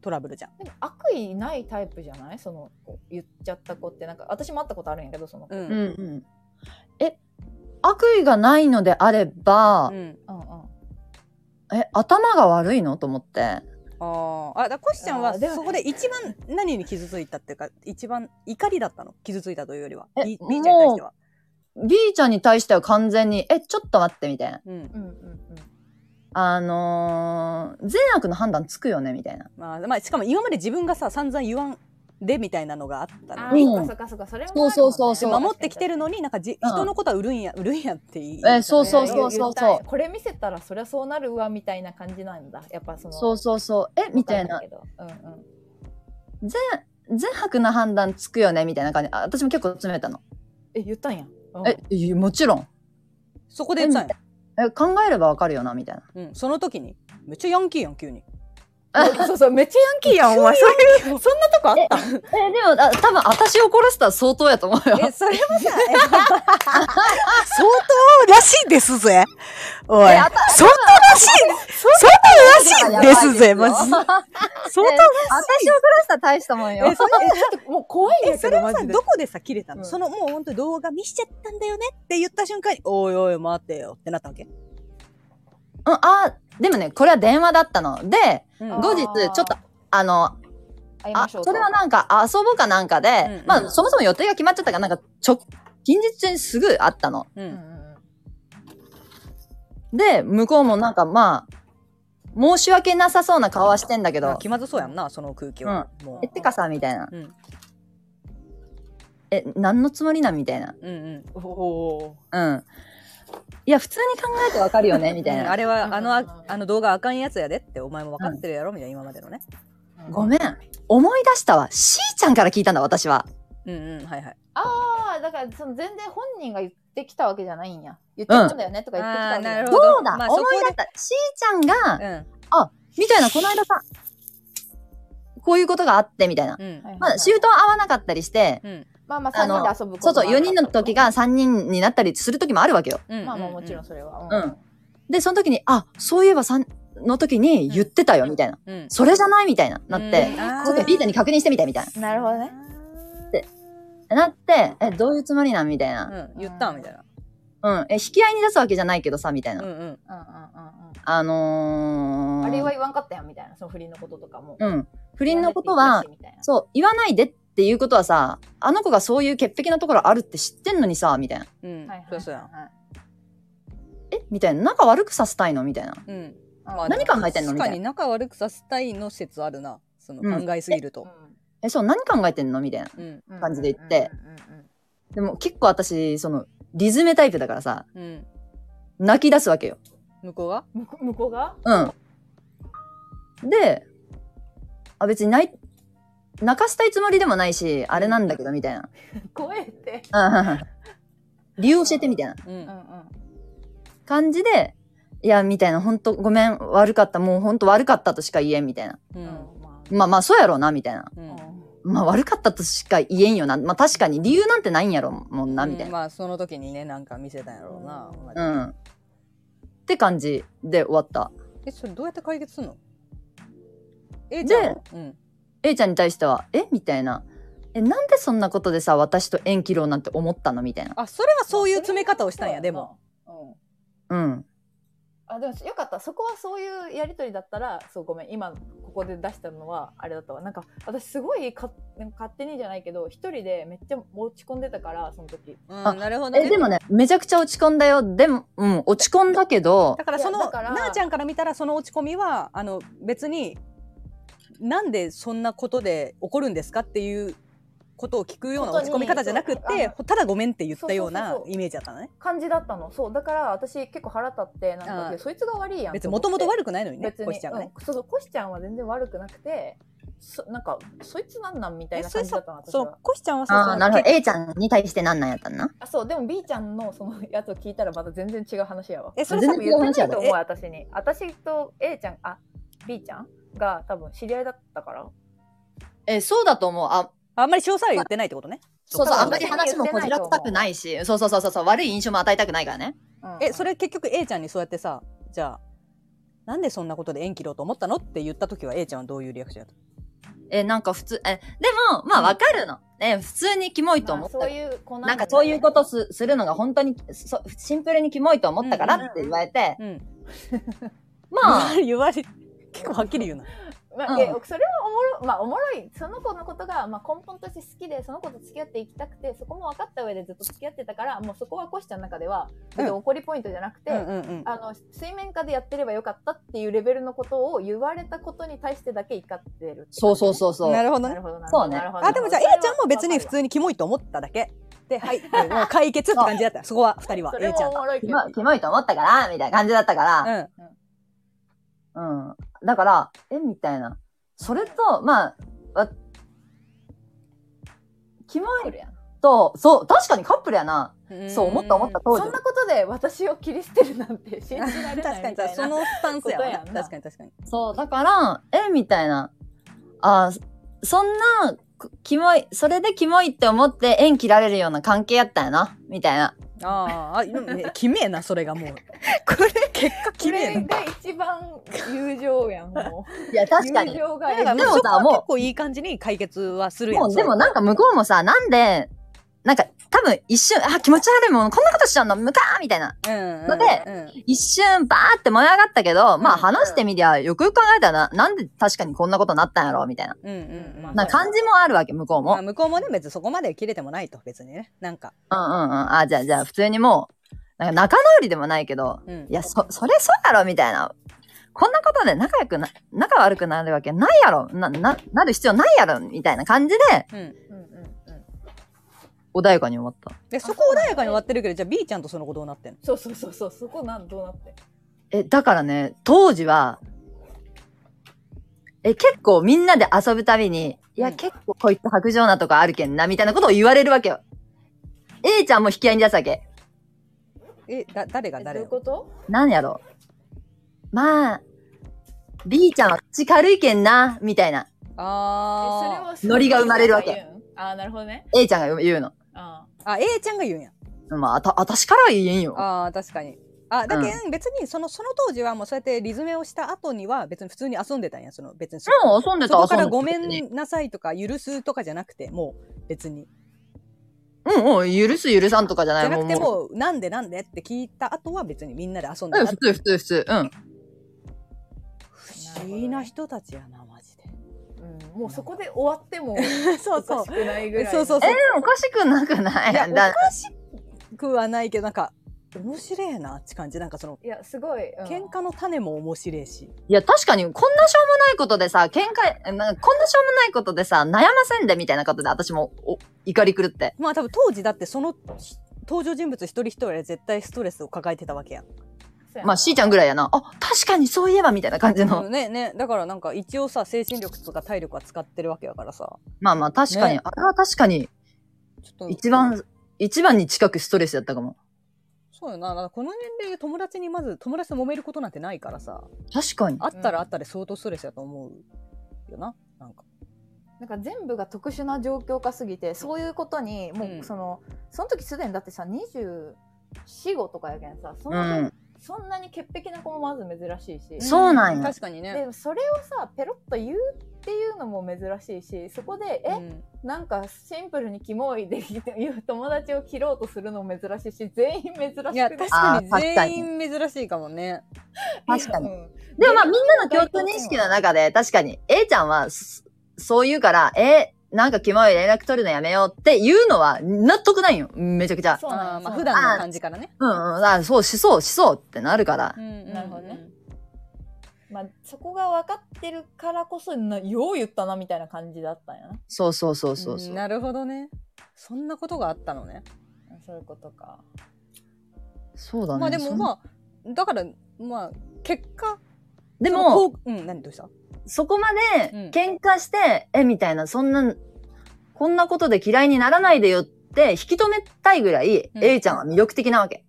[SPEAKER 1] トラブルじゃん。
[SPEAKER 2] でも悪意ないタイプじゃない？そのこう言っちゃった子ってなんか私も会ったことあるんやけどその子。
[SPEAKER 1] う
[SPEAKER 3] うん
[SPEAKER 1] ん。
[SPEAKER 3] うん。え、悪意がないのであれば、
[SPEAKER 1] うん、
[SPEAKER 2] うんうん。
[SPEAKER 3] え、頭が悪いのと思って。
[SPEAKER 1] あーあだからコシちゃん
[SPEAKER 2] あ
[SPEAKER 1] は
[SPEAKER 2] ーでも
[SPEAKER 1] そこで一番何に傷ついたっていうか一番怒りだったの傷ついたというよりは
[SPEAKER 3] え
[SPEAKER 1] B ちゃんに対しては。
[SPEAKER 3] B ちゃんに対しては完全に、え、ちょっと待って、みたいな。
[SPEAKER 1] うん
[SPEAKER 2] うんうんうん。
[SPEAKER 3] あのー善悪の判断つくよね、みたいな。
[SPEAKER 1] まあまあ、しかも今まで自分がさ散々言わんでみたいなのがあった
[SPEAKER 2] あ
[SPEAKER 1] の
[SPEAKER 2] あ
[SPEAKER 1] で
[SPEAKER 3] ー
[SPEAKER 2] ー、
[SPEAKER 3] うん
[SPEAKER 2] そっかそっかそっか、それもある
[SPEAKER 3] そうそうそうそう
[SPEAKER 2] もんね
[SPEAKER 1] 守ってきてるのになんかじ、
[SPEAKER 3] うん
[SPEAKER 1] 人のことは売るんや売るんやって言い
[SPEAKER 3] えそうそう
[SPEAKER 1] ね
[SPEAKER 3] そうそうそう
[SPEAKER 2] 言ったこれ見せたらそりゃそうなるわみたいな感じなんだやっぱその
[SPEAKER 3] そうそうそう。え、みたいな
[SPEAKER 2] わ。かんないけどうんうん
[SPEAKER 3] 善、善悪の判断つくよね、みたいな感じ。あ私も結構詰めたの。
[SPEAKER 2] え言ったんや、うん
[SPEAKER 3] え、いやもちろん。
[SPEAKER 1] そこで言ってたんや
[SPEAKER 3] え、考えればわかるよな、みたいな。
[SPEAKER 1] うん、その時にめっちゃヤンキーやん急に
[SPEAKER 2] そうそうめっちゃヤンキーやんお前それそんなとこあった
[SPEAKER 3] え、でも、あ多分私を殺したら相当やと思うよ。
[SPEAKER 1] え それもさえ相当らしいですぜおい
[SPEAKER 3] えあ
[SPEAKER 1] 相当らしい相当らしいですぜマジで相当ら
[SPEAKER 3] 私を
[SPEAKER 1] しい
[SPEAKER 3] 殺したら大したもんよ。
[SPEAKER 1] えそれ
[SPEAKER 2] ちょっともう怖いん
[SPEAKER 1] え
[SPEAKER 2] だ
[SPEAKER 1] そ
[SPEAKER 2] け
[SPEAKER 1] れ
[SPEAKER 2] ど
[SPEAKER 1] は
[SPEAKER 2] マ
[SPEAKER 1] さ
[SPEAKER 2] ジで
[SPEAKER 1] どこでさ切れたの、
[SPEAKER 2] うん
[SPEAKER 1] そのもう本当に動画見しちゃったんだよねって言った瞬間に「おいおい待てよ」ってなったわけ、
[SPEAKER 3] うん、あーでもね、これは電話だったの。で、
[SPEAKER 1] うん
[SPEAKER 2] あー
[SPEAKER 3] 後日、ちょっと、あの、
[SPEAKER 2] 会い
[SPEAKER 3] あ、
[SPEAKER 2] ましょうと
[SPEAKER 3] それはなんか遊ぼうかなんかで、
[SPEAKER 1] うんうん
[SPEAKER 3] まあ、そもそも予定が決まっちゃったから、なんか、ちょ、近日中にすぐあったの。
[SPEAKER 1] う
[SPEAKER 2] うんうんん
[SPEAKER 3] で、向こうもなんか、まあ、申し訳なさそうな顔はしてんだけ
[SPEAKER 1] あ
[SPEAKER 3] ど、
[SPEAKER 1] 気まずそうやんなその空気は、も
[SPEAKER 3] え、てかさ、みたいな。
[SPEAKER 1] う、うん
[SPEAKER 3] え、何のつもりなんみたいな。
[SPEAKER 1] うんうん
[SPEAKER 2] うんお
[SPEAKER 3] うん。いや、普通に考えてわかるよ ね、みたい
[SPEAKER 1] うんあ
[SPEAKER 3] な。
[SPEAKER 1] れ
[SPEAKER 2] うん
[SPEAKER 1] はあの
[SPEAKER 2] うん
[SPEAKER 1] ああの動画あかんやつやでってお前も分かってるやろみたいな今までのね
[SPEAKER 2] ー
[SPEAKER 3] ごめん。思い出したわ。しーちゃんから聞いたんだ、私は。
[SPEAKER 1] うんうんはいはい
[SPEAKER 2] ああだからその全然本人が言ってきたわけじゃないんや言ってきたんだよねとか言ってきたわけじゃない、
[SPEAKER 1] あーなるほ
[SPEAKER 3] そ
[SPEAKER 1] ど
[SPEAKER 3] うだ、
[SPEAKER 1] まあ
[SPEAKER 3] 思い
[SPEAKER 1] そこで
[SPEAKER 3] 出した。しーちゃんが、
[SPEAKER 1] うん
[SPEAKER 3] みたいな、この間さ、こういうことがあって、みたいな。
[SPEAKER 1] うん
[SPEAKER 2] はいはいはい
[SPEAKER 3] まだシフト合わなかったりして、
[SPEAKER 1] うん
[SPEAKER 2] まあまあ
[SPEAKER 3] あの
[SPEAKER 2] 3人で遊ぶこ
[SPEAKER 3] そう
[SPEAKER 2] と
[SPEAKER 3] そう、
[SPEAKER 2] もあ
[SPEAKER 3] 4
[SPEAKER 2] る
[SPEAKER 3] 人の時が3人になったりする時もあるわけよ。
[SPEAKER 1] うん
[SPEAKER 2] まあまあもちろんそれは
[SPEAKER 3] うんで、その時に、あ、そういえば3の時に言ってたよ、みたいな。
[SPEAKER 1] うん
[SPEAKER 3] それじゃないみたいな、なって
[SPEAKER 1] うん、あー
[SPEAKER 3] ちょっとビータに確認してみたいみたい
[SPEAKER 2] なるほどね
[SPEAKER 3] な。なって、え、どういうつもりなんみたいうな。
[SPEAKER 1] ん言ったみたいな
[SPEAKER 3] うん。え、引き合いに出すわけじゃないけどさ、みたいな。
[SPEAKER 1] うんうん
[SPEAKER 2] うんうんうんうん
[SPEAKER 3] あのー、
[SPEAKER 2] あれは言わんかったやんみたいなその不倫のこととかも、
[SPEAKER 3] うん。不倫のことは、そう、言わないでっていうことはさ、あの子がそういう潔癖なところあるって知ってんのにさ、みたいな。
[SPEAKER 1] うんそうそうやん
[SPEAKER 3] えみたいな。仲悪くさせたいのみたいな。
[SPEAKER 1] うん
[SPEAKER 2] ま
[SPEAKER 3] 何考えてんのみたい
[SPEAKER 1] 確か
[SPEAKER 3] な
[SPEAKER 1] に仲悪くさせたいの説あるなその
[SPEAKER 3] うん
[SPEAKER 1] 考えすぎると、
[SPEAKER 3] え、そう、何考えてんのみたいな
[SPEAKER 1] うん
[SPEAKER 3] 感じで言って、でも結構私、その、リズメタイプだからさ、
[SPEAKER 1] うん
[SPEAKER 3] 泣き出すわけよ。
[SPEAKER 1] 向こうが
[SPEAKER 2] 向こ向こうが
[SPEAKER 3] うん。で、あ、別に泣い、泣かしたいつもりでもないし、あれなんだけど、みたい
[SPEAKER 2] 怖えって、
[SPEAKER 3] な。理由教えて、みたいな
[SPEAKER 1] うん
[SPEAKER 2] うんうん、
[SPEAKER 3] 感じで、いや、みたいな、本当ごめん、悪かった、もう本当悪かったとしか言えん、みたいな。
[SPEAKER 1] う
[SPEAKER 2] うん
[SPEAKER 1] ん
[SPEAKER 2] まあ
[SPEAKER 3] まあまあ、そうやろうな、みたいな。
[SPEAKER 1] う
[SPEAKER 2] うんん
[SPEAKER 3] まあ、悪かったとしか言えんよな。まあ、確かに、理由なんてないんやろ、もんな、みたいな
[SPEAKER 1] うん。まあその時にねなんか見せたんやろうな、
[SPEAKER 3] う
[SPEAKER 1] まあ
[SPEAKER 3] ん。って感じで終わった。
[SPEAKER 1] えそれどうやって解決すんのえじゃあうん、
[SPEAKER 3] A ちゃんに対しては、えみたいな。え、なんでそんなことでさ、私と縁切ろうなんて思ったのみたいな。
[SPEAKER 1] あそれはそういう詰め方をしたんやでも、
[SPEAKER 2] うん
[SPEAKER 3] うん。
[SPEAKER 2] あでもよかったそこはそういうやり取りだったらそうごめん今ここで出したのはあれだったわなんか私すごいかなんか勝手にじゃないけど一人でめっちゃ落ち込んでたからその時
[SPEAKER 1] うん
[SPEAKER 3] あ
[SPEAKER 1] なるほど、ね、
[SPEAKER 3] え、でもね、めちゃくちゃ落ち込んだよ。でも、うん、落ち込んだけど、
[SPEAKER 1] だからその
[SPEAKER 2] いやだから
[SPEAKER 1] なあちゃんから見たらその落ち込みはあの別になんでそんなことで起こるんですかっていうことを聞くような落ち込み方じゃなくっ
[SPEAKER 2] ことに
[SPEAKER 1] てただごめんって言ったよう
[SPEAKER 2] そう
[SPEAKER 1] な
[SPEAKER 2] そうそうそう
[SPEAKER 1] イメージだったのね
[SPEAKER 2] 感じだったのそうだから私結構腹立ってなんか
[SPEAKER 1] あー
[SPEAKER 2] いやそいつが悪いやん
[SPEAKER 1] 別にもともと
[SPEAKER 2] 悪
[SPEAKER 1] 悪くないのにね
[SPEAKER 2] 別に
[SPEAKER 1] コシちゃんがね、
[SPEAKER 2] うん、そうそうコシちゃんは全然悪くなくてそなんかそいつなんなんみたい
[SPEAKER 1] え
[SPEAKER 2] な
[SPEAKER 1] それ
[SPEAKER 2] 感じだ
[SPEAKER 1] さ
[SPEAKER 2] ったの私
[SPEAKER 1] そう
[SPEAKER 2] は
[SPEAKER 1] コシちゃんはさ
[SPEAKER 3] あ
[SPEAKER 1] そ
[SPEAKER 3] あ、
[SPEAKER 1] の
[SPEAKER 3] なるほど。
[SPEAKER 1] 結
[SPEAKER 3] A ちゃんに対してなんなんやったんな。
[SPEAKER 2] あそうでも B ちゃんのそのやつを聞いたらまた全然違う話やわ
[SPEAKER 1] えそれ
[SPEAKER 3] 全
[SPEAKER 1] さ
[SPEAKER 2] 多
[SPEAKER 3] 然
[SPEAKER 2] 分
[SPEAKER 3] 違う
[SPEAKER 2] 言って
[SPEAKER 3] 話
[SPEAKER 2] な
[SPEAKER 3] や
[SPEAKER 2] いと思
[SPEAKER 3] で
[SPEAKER 2] う私に私と A ちゃんあ B ちゃんが多分知り合いだったから
[SPEAKER 3] え、そうだと思う。あ、
[SPEAKER 1] あんまり詳細は言ってないってことね
[SPEAKER 3] そうそう、
[SPEAKER 1] そう
[SPEAKER 3] あんまり話もこじらせたくないし、そうそうそうそう、悪い印象も与えたくないからね。
[SPEAKER 1] えそれ結局 A ちゃんにそうやってさじゃあなんでそんなことで縁切ろうと思ったのって言った時は A ちゃんはどういうリアクションやった
[SPEAKER 3] え、なんか普通、え、でも、まあわかるの。え、普通にキモいと思った。
[SPEAKER 2] まあそういう子
[SPEAKER 3] なんかそういうことすするのが本当にそシンプルにキモいと思ったからって言われて、
[SPEAKER 1] うん
[SPEAKER 3] まあ、
[SPEAKER 1] 言われ結構はっきり言うな
[SPEAKER 2] ま
[SPEAKER 3] う
[SPEAKER 2] あ、
[SPEAKER 3] ん
[SPEAKER 2] えそれはおもろ,、まあ、おもろいその子のことが、まあ、根本として好きでその子と付き合っていきたくてそこも分かった上でずっと付き合ってたからもうそこはコシちゃんの中では別に怒りポイントじゃなくて、
[SPEAKER 1] うんうんうん
[SPEAKER 2] あの水面下でやってればよかったっていうレベルのことを言われたことに対してだけ怒ってる
[SPEAKER 3] そうそうそうそう。
[SPEAKER 1] なるほど
[SPEAKER 2] な
[SPEAKER 1] ね
[SPEAKER 2] るほどなる
[SPEAKER 3] そ
[SPEAKER 2] ほ
[SPEAKER 3] う
[SPEAKER 2] ど
[SPEAKER 3] ね
[SPEAKER 2] なるほど
[SPEAKER 1] あでもじゃあ A ちゃんも別に普通にキモいと思っただけではいもう解決って感じだったそこは2人は
[SPEAKER 2] それ
[SPEAKER 1] A ちゃ
[SPEAKER 2] もお
[SPEAKER 1] んと
[SPEAKER 2] もろいけ
[SPEAKER 3] キ
[SPEAKER 2] ど
[SPEAKER 3] モいキモいと思ったから、みたいな感じだったから、
[SPEAKER 1] うん
[SPEAKER 3] うん。だから、え、みたいな。それと、まあ、わ、キモいと、そう、確かにカップルやな。そう思った思った当
[SPEAKER 2] そ
[SPEAKER 3] 時
[SPEAKER 2] ん。なことで私を切り捨てるなんて信じられ
[SPEAKER 1] 確
[SPEAKER 2] ないみ
[SPEAKER 1] か
[SPEAKER 2] た
[SPEAKER 1] に
[SPEAKER 2] い
[SPEAKER 1] さ
[SPEAKER 2] な
[SPEAKER 1] そのスタンスやわね
[SPEAKER 2] ことやんな
[SPEAKER 1] 確かに確かに
[SPEAKER 3] そう、だから、え、みたいな。あーそんな、くキモい、それでキモいって思って縁切られるような関係やったんやな、みたいな。
[SPEAKER 1] あーあうんねきめえなそれがもう
[SPEAKER 3] これ、
[SPEAKER 1] 結
[SPEAKER 2] こ
[SPEAKER 1] 果きめえ
[SPEAKER 2] れ
[SPEAKER 1] な
[SPEAKER 2] が一番友情やんも う
[SPEAKER 3] いや、確かに。
[SPEAKER 2] 友
[SPEAKER 3] も
[SPEAKER 2] 情がえ
[SPEAKER 1] だから
[SPEAKER 3] でもさ
[SPEAKER 1] そこは
[SPEAKER 3] もう
[SPEAKER 1] 結構いい感じに解決はするやん
[SPEAKER 3] う、でもなんか向こうもさ、なんで、なんか、多分一瞬、あ、気持ち悪いもん、こんなことしちゃうの、むかーみたいな。
[SPEAKER 1] うんうん
[SPEAKER 3] ので一瞬、バーって燃え上がったけど、まあ話してみりゃ、よくよく考えたらな、なんで確かにこんなことなったんやろ、みたいな。
[SPEAKER 1] うんうんうん
[SPEAKER 2] まあ
[SPEAKER 3] な感じもあるわけ、向こうも。
[SPEAKER 1] まあ向こうもね別にそこまで切れてもないと別にねなんか
[SPEAKER 3] うんうんうん。あ、じゃあじゃあ普通にもう、なんか仲直りでもないけど、
[SPEAKER 1] うん
[SPEAKER 3] いや、そ、それそうやろみたいな。こんなことで仲良くな、仲悪くなるわけないやろな、な、なる必要ないやろみたいな感じで、
[SPEAKER 1] うん
[SPEAKER 2] うんうんうん
[SPEAKER 3] 穏やかに終わった。
[SPEAKER 1] でそこ穏やかに終わってるけどじゃあ B ちゃんとその後どうなってんの
[SPEAKER 2] そうそうそうそうそこなんどうなって
[SPEAKER 3] え、だからね、当時は、え、結構みんなで遊ぶたびに、いうや、
[SPEAKER 1] ん
[SPEAKER 3] 結構こいつ白状なとかあるけんな、みたいなことを言われるわけよ。A ちゃんも引き合いに出すわけ。
[SPEAKER 1] えだ誰が
[SPEAKER 2] えどう
[SPEAKER 1] 誰
[SPEAKER 2] いう
[SPEAKER 1] を
[SPEAKER 2] こと
[SPEAKER 3] なんやろまあ、B ちゃんは口軽いけんな、みたいな。
[SPEAKER 2] えそれ
[SPEAKER 1] あ
[SPEAKER 2] は
[SPEAKER 3] ノリが生まれるわけ
[SPEAKER 2] そういうのが言うんあーなるほどね
[SPEAKER 3] A ちゃんが言うの。
[SPEAKER 2] あ
[SPEAKER 1] ーあ A ちゃんが言うんや
[SPEAKER 3] まあ、あた、私からは言えんよ。
[SPEAKER 1] あー確かにあだけど別にそのその当時はもうそうやってリズメをした後には別に普通に遊んでたんやその別にそ
[SPEAKER 3] もう遊んで
[SPEAKER 1] そ
[SPEAKER 3] た、
[SPEAKER 1] こから
[SPEAKER 3] 遊んでた
[SPEAKER 1] ごめんなさいとか許すとかじゃなくてもう別に
[SPEAKER 3] うんうん、許す許さんとかじゃな
[SPEAKER 1] じ
[SPEAKER 3] い
[SPEAKER 1] ゃなくて
[SPEAKER 3] もう
[SPEAKER 1] もうなんでなんでって聞いた後は別にみんなで遊ん
[SPEAKER 3] う
[SPEAKER 1] で
[SPEAKER 3] ん
[SPEAKER 1] た
[SPEAKER 3] 普通、普通、普通。うん。
[SPEAKER 1] 不思議な人たちやなマジで
[SPEAKER 2] ーうんもうそこで終わっても
[SPEAKER 1] そ
[SPEAKER 2] お
[SPEAKER 1] うそ
[SPEAKER 2] か
[SPEAKER 1] う
[SPEAKER 2] しくないぐらい
[SPEAKER 1] そうそう
[SPEAKER 3] え
[SPEAKER 1] そう
[SPEAKER 3] ー、おかしくなくないい
[SPEAKER 1] やお
[SPEAKER 3] だ
[SPEAKER 1] かしくはないけどなんか面白いなって感じなんかその
[SPEAKER 2] いやすごい、うん
[SPEAKER 1] 喧嘩の種も面白いし
[SPEAKER 3] いや、確かに、こんなしょうもないことでさ、喧嘩、えなんかこんなしょうもないことでさ、悩ませんでみたいなことで、私も、お、怒り狂って。
[SPEAKER 1] まあ多分当時だってその登場人物一人一人は絶対ストレスを抱えてたわけやん
[SPEAKER 2] そうやな
[SPEAKER 3] まあ、しーちゃんぐらいやな。あ、確かにそういえば、みたいな感じの。
[SPEAKER 1] うんねねだからなんか一応さ精神力とか体力は使ってるわけやからさ
[SPEAKER 3] まあまあ、確かに、
[SPEAKER 1] ね
[SPEAKER 3] あれは確かに、
[SPEAKER 1] ちょっと
[SPEAKER 3] 一番、一番に近くストレスやったかも。
[SPEAKER 1] そうよなだからこの年齢で友達にまず友達と揉めることなんてないからさ
[SPEAKER 3] 確かに。
[SPEAKER 1] あったらあったで相当ストレスやと思うよななんか
[SPEAKER 2] なんか全部が特殊な状況化すぎてそういうことにも
[SPEAKER 1] う
[SPEAKER 2] うんその、その時すでにだってさ2 4 5とかやけんさそ,、
[SPEAKER 3] う
[SPEAKER 2] の
[SPEAKER 3] ん。
[SPEAKER 2] そんなに潔癖な子もまず珍しいし、
[SPEAKER 3] そうなんや
[SPEAKER 1] 確かにね
[SPEAKER 2] でそれをさペロッと言うっていうのも珍しいしそこで「え、
[SPEAKER 1] うん
[SPEAKER 2] なんかシンプルにキモい」で言う友達を切ろうとするのも珍しいし全員珍しくない
[SPEAKER 1] いや確
[SPEAKER 3] あ
[SPEAKER 1] か
[SPEAKER 3] ー
[SPEAKER 1] に
[SPEAKER 3] 確かに
[SPEAKER 1] 全員珍しいかもね
[SPEAKER 3] 確かに
[SPEAKER 2] うん
[SPEAKER 3] でもまあみんなの共通認識の中で、確かに、A ちゃんはそ、そう言うから、え、なんかキモい連絡取るのやめようっていうのは納得ないよ。めちゃくちゃ。
[SPEAKER 2] そう
[SPEAKER 1] あ
[SPEAKER 2] な
[SPEAKER 1] あ
[SPEAKER 2] ん
[SPEAKER 1] まあ
[SPEAKER 2] やそう
[SPEAKER 1] 普
[SPEAKER 2] なんや
[SPEAKER 1] 段の感じからね
[SPEAKER 3] うんうん。あそうしそうしそうってなるから。
[SPEAKER 1] な
[SPEAKER 2] なるほどねまあ、そこが分かってるからこそなよう言ったなみたいな感じだったんやな
[SPEAKER 3] そうそうそうそうそう
[SPEAKER 1] うん。なるほどねそんなことがあったのね
[SPEAKER 2] そういうことか
[SPEAKER 3] そうだね。
[SPEAKER 1] まあでも
[SPEAKER 3] そんな
[SPEAKER 1] まあだからまあ結果
[SPEAKER 3] で
[SPEAKER 1] その
[SPEAKER 3] も、
[SPEAKER 1] こううん何どうした
[SPEAKER 3] そこま
[SPEAKER 1] う
[SPEAKER 3] で
[SPEAKER 1] ん
[SPEAKER 3] 喧嘩して、え、みたいな、そんな、こんなことで嫌いにならないでよって、引き止めたいぐらい、
[SPEAKER 1] う
[SPEAKER 3] エ
[SPEAKER 1] ん
[SPEAKER 3] リちゃんは魅力的なわ け。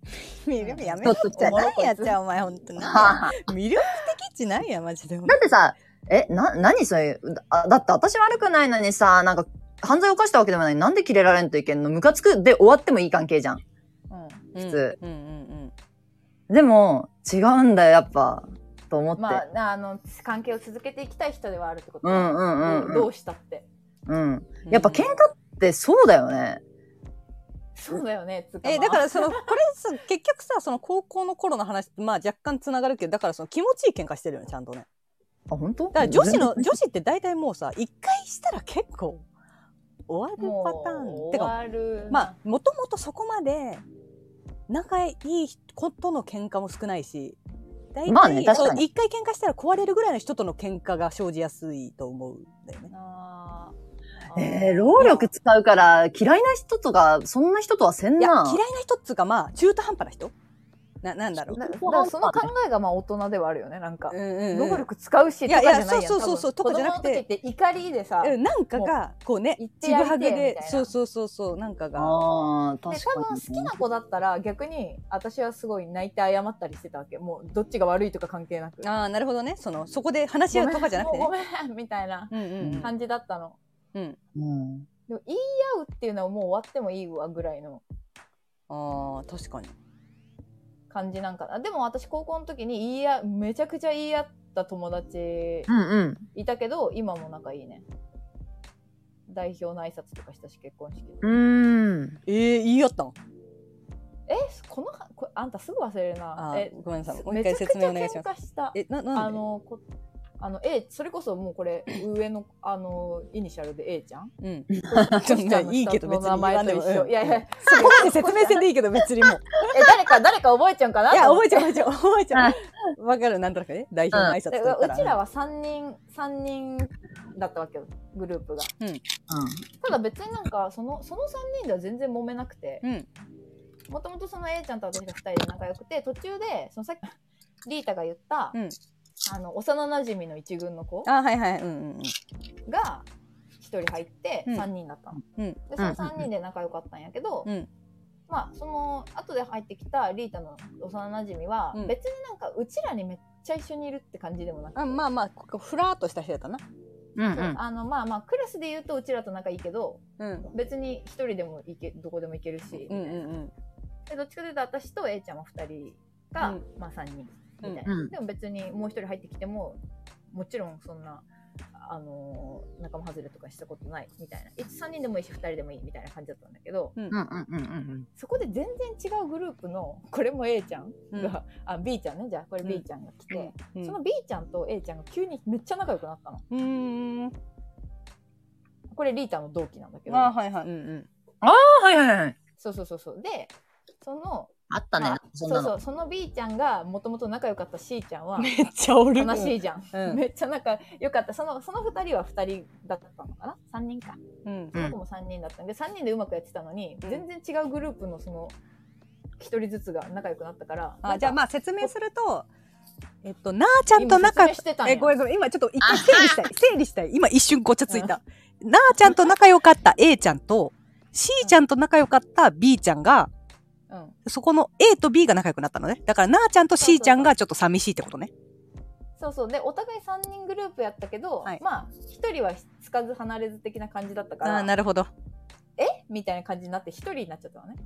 [SPEAKER 1] やめろ。
[SPEAKER 3] ちょっと
[SPEAKER 1] おもろいやっちゃう、お前、ほん とに。
[SPEAKER 3] だ
[SPEAKER 1] 魅力的地ないや、マジで。
[SPEAKER 3] ってさ、え、な、何それだ、だって私悪くないのにさ、なんか、犯罪を犯したわけでもない。なんでキレられんといけんのムカつくで終わってもいい関係じゃん。
[SPEAKER 1] うん
[SPEAKER 3] 普通。
[SPEAKER 1] うんうん
[SPEAKER 3] でも、違うんだよ、やっぱ、と思って。
[SPEAKER 2] まあなあの関係を続けていきたい人ではあるってこと
[SPEAKER 3] う
[SPEAKER 2] ね、
[SPEAKER 3] んうんうん
[SPEAKER 2] どうしたって
[SPEAKER 3] うん。うん。
[SPEAKER 1] うん。
[SPEAKER 3] やっぱ喧嘩ってそうだよね。
[SPEAKER 2] そうだよねつう
[SPEAKER 1] えだかららそのこれさ 結局さその高校の頃の話まあ若干つながるけどだからその気持ちいい喧嘩してるよねちゃんとね
[SPEAKER 3] あ、本当
[SPEAKER 1] だから女子の女子って大体もうさ一回したら結構終わる
[SPEAKER 2] も
[SPEAKER 1] パターン
[SPEAKER 2] う終
[SPEAKER 1] てか
[SPEAKER 2] わるな
[SPEAKER 1] まあもともとそこまで仲いい人との喧嘩も少ないし大体
[SPEAKER 3] まあね確かに
[SPEAKER 1] そう一回喧嘩したら壊れるぐらいの人との喧嘩が生じやすいと思うんだよね
[SPEAKER 2] あー
[SPEAKER 3] えー、労力使うから嫌いな人とか、そんな人とはせん
[SPEAKER 1] いや嫌
[SPEAKER 3] な。
[SPEAKER 1] いな人っつうかまあ中途半端な人ななんだろう
[SPEAKER 2] なだからその考えがまあ大人ではあるよねなんか、
[SPEAKER 1] うんうんうん
[SPEAKER 2] 労力使うし
[SPEAKER 1] い
[SPEAKER 2] と
[SPEAKER 1] や
[SPEAKER 2] か
[SPEAKER 1] い
[SPEAKER 2] じ
[SPEAKER 1] や
[SPEAKER 2] ゃないやん
[SPEAKER 1] そうそうそうそう
[SPEAKER 2] 多分
[SPEAKER 1] とかじゃなくて
[SPEAKER 2] 子供の時って怒りでさ、
[SPEAKER 1] うんなんかがこうね
[SPEAKER 2] 言っ
[SPEAKER 1] ち
[SPEAKER 2] て
[SPEAKER 1] ぐ
[SPEAKER 2] やりてえ
[SPEAKER 1] は
[SPEAKER 2] み
[SPEAKER 1] ぐ
[SPEAKER 2] た
[SPEAKER 1] で
[SPEAKER 2] いな
[SPEAKER 1] そうそうそうそうなんかが
[SPEAKER 3] ああ、
[SPEAKER 2] で
[SPEAKER 3] 確
[SPEAKER 2] 多
[SPEAKER 3] か
[SPEAKER 2] 分
[SPEAKER 3] に。
[SPEAKER 2] 好きな子だったら逆に私はすごい泣いて謝ったりしてたわけもうどっちが悪いとか関係なく
[SPEAKER 1] ああなるほどねそのそこで話し合うとかじゃなくてね
[SPEAKER 2] ごめんもうごめんみたいな
[SPEAKER 1] うんうんうん
[SPEAKER 2] 感じだったの、
[SPEAKER 3] うん。
[SPEAKER 2] でも言い合うっていうのはもう終わってもいいわぐらいの
[SPEAKER 1] ああ確かに
[SPEAKER 2] 感じなんかなでも私高校の時に言い合めちゃくちゃ言い合った友達
[SPEAKER 3] うんうん。
[SPEAKER 2] いたけど今も仲いいね代表の挨拶とかしたし結婚式
[SPEAKER 3] うーん。
[SPEAKER 1] ええ言い合ったん
[SPEAKER 2] えこのこれあんたすぐ忘れる
[SPEAKER 1] あ
[SPEAKER 2] な
[SPEAKER 1] ー
[SPEAKER 2] え
[SPEAKER 1] ごめんなさいもう
[SPEAKER 2] めち
[SPEAKER 1] 一回
[SPEAKER 2] ゃくちゃ
[SPEAKER 1] 説明お願いします
[SPEAKER 2] 喧嘩した
[SPEAKER 1] えなな
[SPEAKER 2] あ
[SPEAKER 1] んで
[SPEAKER 2] のこあの A それこそもうこれ上のあのイニシャルで A ちゃん
[SPEAKER 1] うん
[SPEAKER 2] ち
[SPEAKER 1] ちょっとねいいけど別に
[SPEAKER 2] 名前
[SPEAKER 1] 言わんで
[SPEAKER 2] と
[SPEAKER 1] も
[SPEAKER 2] 一緒、
[SPEAKER 1] うん
[SPEAKER 2] いやいやえ
[SPEAKER 1] そこまで説明せんでいいけど別に もう
[SPEAKER 2] 誰か誰か覚えちゃうかない
[SPEAKER 1] いや
[SPEAKER 2] え
[SPEAKER 1] 覚えちゃう覚えちゃう覚えちゃうわかるなんとなくね代表の挨
[SPEAKER 2] う
[SPEAKER 1] 拶と言ったら
[SPEAKER 2] うちらは3人3人だったわけよグループがただ別になんかそのその3人では全然揉めなくて
[SPEAKER 1] うん
[SPEAKER 2] もともとその A ちゃんと私が2人で仲良くて途中でそのさっきリータが言った、
[SPEAKER 1] うん
[SPEAKER 2] あの幼なじみの一軍の子
[SPEAKER 1] あはいはいうんうんうん
[SPEAKER 2] が1人入って
[SPEAKER 1] うん
[SPEAKER 2] 3人だったの、
[SPEAKER 1] うん
[SPEAKER 2] でその3人で仲良かったんやけど、
[SPEAKER 1] うん
[SPEAKER 2] まあその後で入ってきたリータの幼なじみは、
[SPEAKER 1] うん
[SPEAKER 2] 別になんかうちらにめっちゃ一緒にいるって感じでもなくて
[SPEAKER 1] あまあまあここふらーっとした人やったな
[SPEAKER 3] うんう。
[SPEAKER 2] そうんあのまあまあクラスで言うとうちらと仲いいけど
[SPEAKER 1] うん
[SPEAKER 2] 別に一人でも行けどこでも行けるし、
[SPEAKER 1] うんうんうん
[SPEAKER 2] でどっちかというと私と A ちゃんは2人か、
[SPEAKER 1] うん
[SPEAKER 2] まあ3人みたいな、
[SPEAKER 3] うん
[SPEAKER 2] でも別にもう一人入ってきてももちろんそんな、あのー仲間外れとかしたことないみたいないつ3人でもいいし2人でもいいみたいな感じだったんだけど
[SPEAKER 3] うんうんうんうん。
[SPEAKER 2] そこで全然違うグループのこれも A ちゃん
[SPEAKER 1] うん
[SPEAKER 2] が、あ B ちゃんねじゃあこれ
[SPEAKER 1] うん
[SPEAKER 2] B ちゃんが来て、
[SPEAKER 1] うん
[SPEAKER 2] その B ちゃんと A ちゃんが急にめっちゃ仲良くなったの
[SPEAKER 1] うーん
[SPEAKER 2] これリータの同期なんだけど、
[SPEAKER 1] あはいはいうんうん
[SPEAKER 3] あ、はいはいはい。
[SPEAKER 2] そうそうそうそうでその
[SPEAKER 3] あったね
[SPEAKER 2] まあ、
[SPEAKER 3] そん
[SPEAKER 2] そ
[SPEAKER 3] な
[SPEAKER 2] うそ
[SPEAKER 3] の。
[SPEAKER 2] うその B ちゃんがもともと仲良かった C ちゃん は
[SPEAKER 1] めっちゃおる
[SPEAKER 2] 悲しいじゃん、
[SPEAKER 1] うん
[SPEAKER 2] めっちゃ仲良かったそのその2人は2人だったのかな3人か
[SPEAKER 1] うん
[SPEAKER 3] うん
[SPEAKER 2] 僕も3人だったんで3人でうまくやってたのに、
[SPEAKER 1] うん
[SPEAKER 2] 全然違うグループのその1人ずつが仲良くなったから
[SPEAKER 1] あじゃあ
[SPEAKER 2] あ
[SPEAKER 1] まあ説明すると、えっと、なあちゃんと仲
[SPEAKER 2] 今説明してたんや
[SPEAKER 1] えごめんごめん今ちょっと一回整理したい整理したい今一瞬ごちゃついた、なあちゃんと仲良かった A ちゃんと C ちゃんと仲良かった B ちゃんが
[SPEAKER 2] うん
[SPEAKER 1] そこの A と B が仲良くなったのねだからなあちゃんと
[SPEAKER 2] そうそう
[SPEAKER 1] C ちゃんがちょっと寂しいってことね
[SPEAKER 2] そうそうでお互い3人グループやったけど、
[SPEAKER 1] はい
[SPEAKER 2] まあ1人はつかず離れず的な感じだったか
[SPEAKER 1] あ
[SPEAKER 2] ら
[SPEAKER 1] あなるほど
[SPEAKER 2] えみたいな感じになって1人になっちゃったのね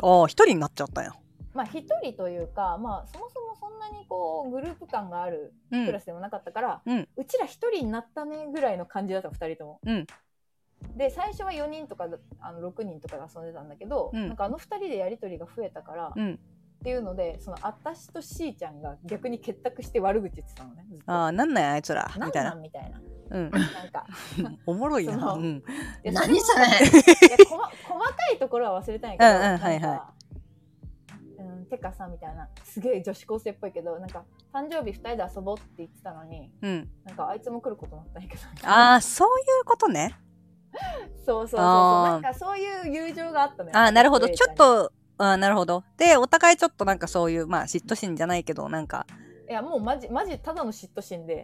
[SPEAKER 1] おー一人になっちゃったよ、
[SPEAKER 2] まあ1人というかまあそもそもそんなにこうグループ感がある
[SPEAKER 1] うん
[SPEAKER 2] クラスでもなかったから、
[SPEAKER 1] うん
[SPEAKER 2] うちら一人になったねぐらいの感じだったの二人とも。
[SPEAKER 1] うん
[SPEAKER 2] で最初は4人とかだあの6人とかで遊んでたんだけど、
[SPEAKER 1] うん
[SPEAKER 2] なんかあの2人でやり取りが増えたから、
[SPEAKER 1] う
[SPEAKER 2] っ
[SPEAKER 1] ん、
[SPEAKER 2] ていうのでその私と C ちゃんが逆に結託して悪口言ってたのねずっと
[SPEAKER 1] ああなんなんやあいつら
[SPEAKER 2] な
[SPEAKER 1] み
[SPEAKER 2] ん
[SPEAKER 1] たい
[SPEAKER 2] な
[SPEAKER 1] なん
[SPEAKER 2] みたいな。
[SPEAKER 1] う
[SPEAKER 2] なん
[SPEAKER 1] ん
[SPEAKER 2] か。
[SPEAKER 1] おもろいな
[SPEAKER 2] そううんいや
[SPEAKER 3] 何そ
[SPEAKER 2] れも
[SPEAKER 3] れ
[SPEAKER 2] いやこま細かいところは忘れたんやけど。
[SPEAKER 1] うんうん
[SPEAKER 2] なんか
[SPEAKER 1] はいは
[SPEAKER 2] うん、てかさみたいなすげえ女子高生っぽいけどなんか誕生日2人で遊ぼうって言ってたのに
[SPEAKER 1] うん
[SPEAKER 2] なんかあいつも来ることになったんやけど
[SPEAKER 1] ああそういうことね
[SPEAKER 2] そうそうそうそう
[SPEAKER 1] あ
[SPEAKER 2] な
[SPEAKER 1] ー
[SPEAKER 2] んかそういう友情があったのよ
[SPEAKER 1] あーなるほど。
[SPEAKER 2] レイ
[SPEAKER 1] ちょっ
[SPEAKER 2] ゃんに
[SPEAKER 1] と、あーなるほど。で、お互いちょっとなんかそういう、まあ、嫉妬心じゃないけど、なんか、
[SPEAKER 2] いやもうマジマジただの嫉妬心で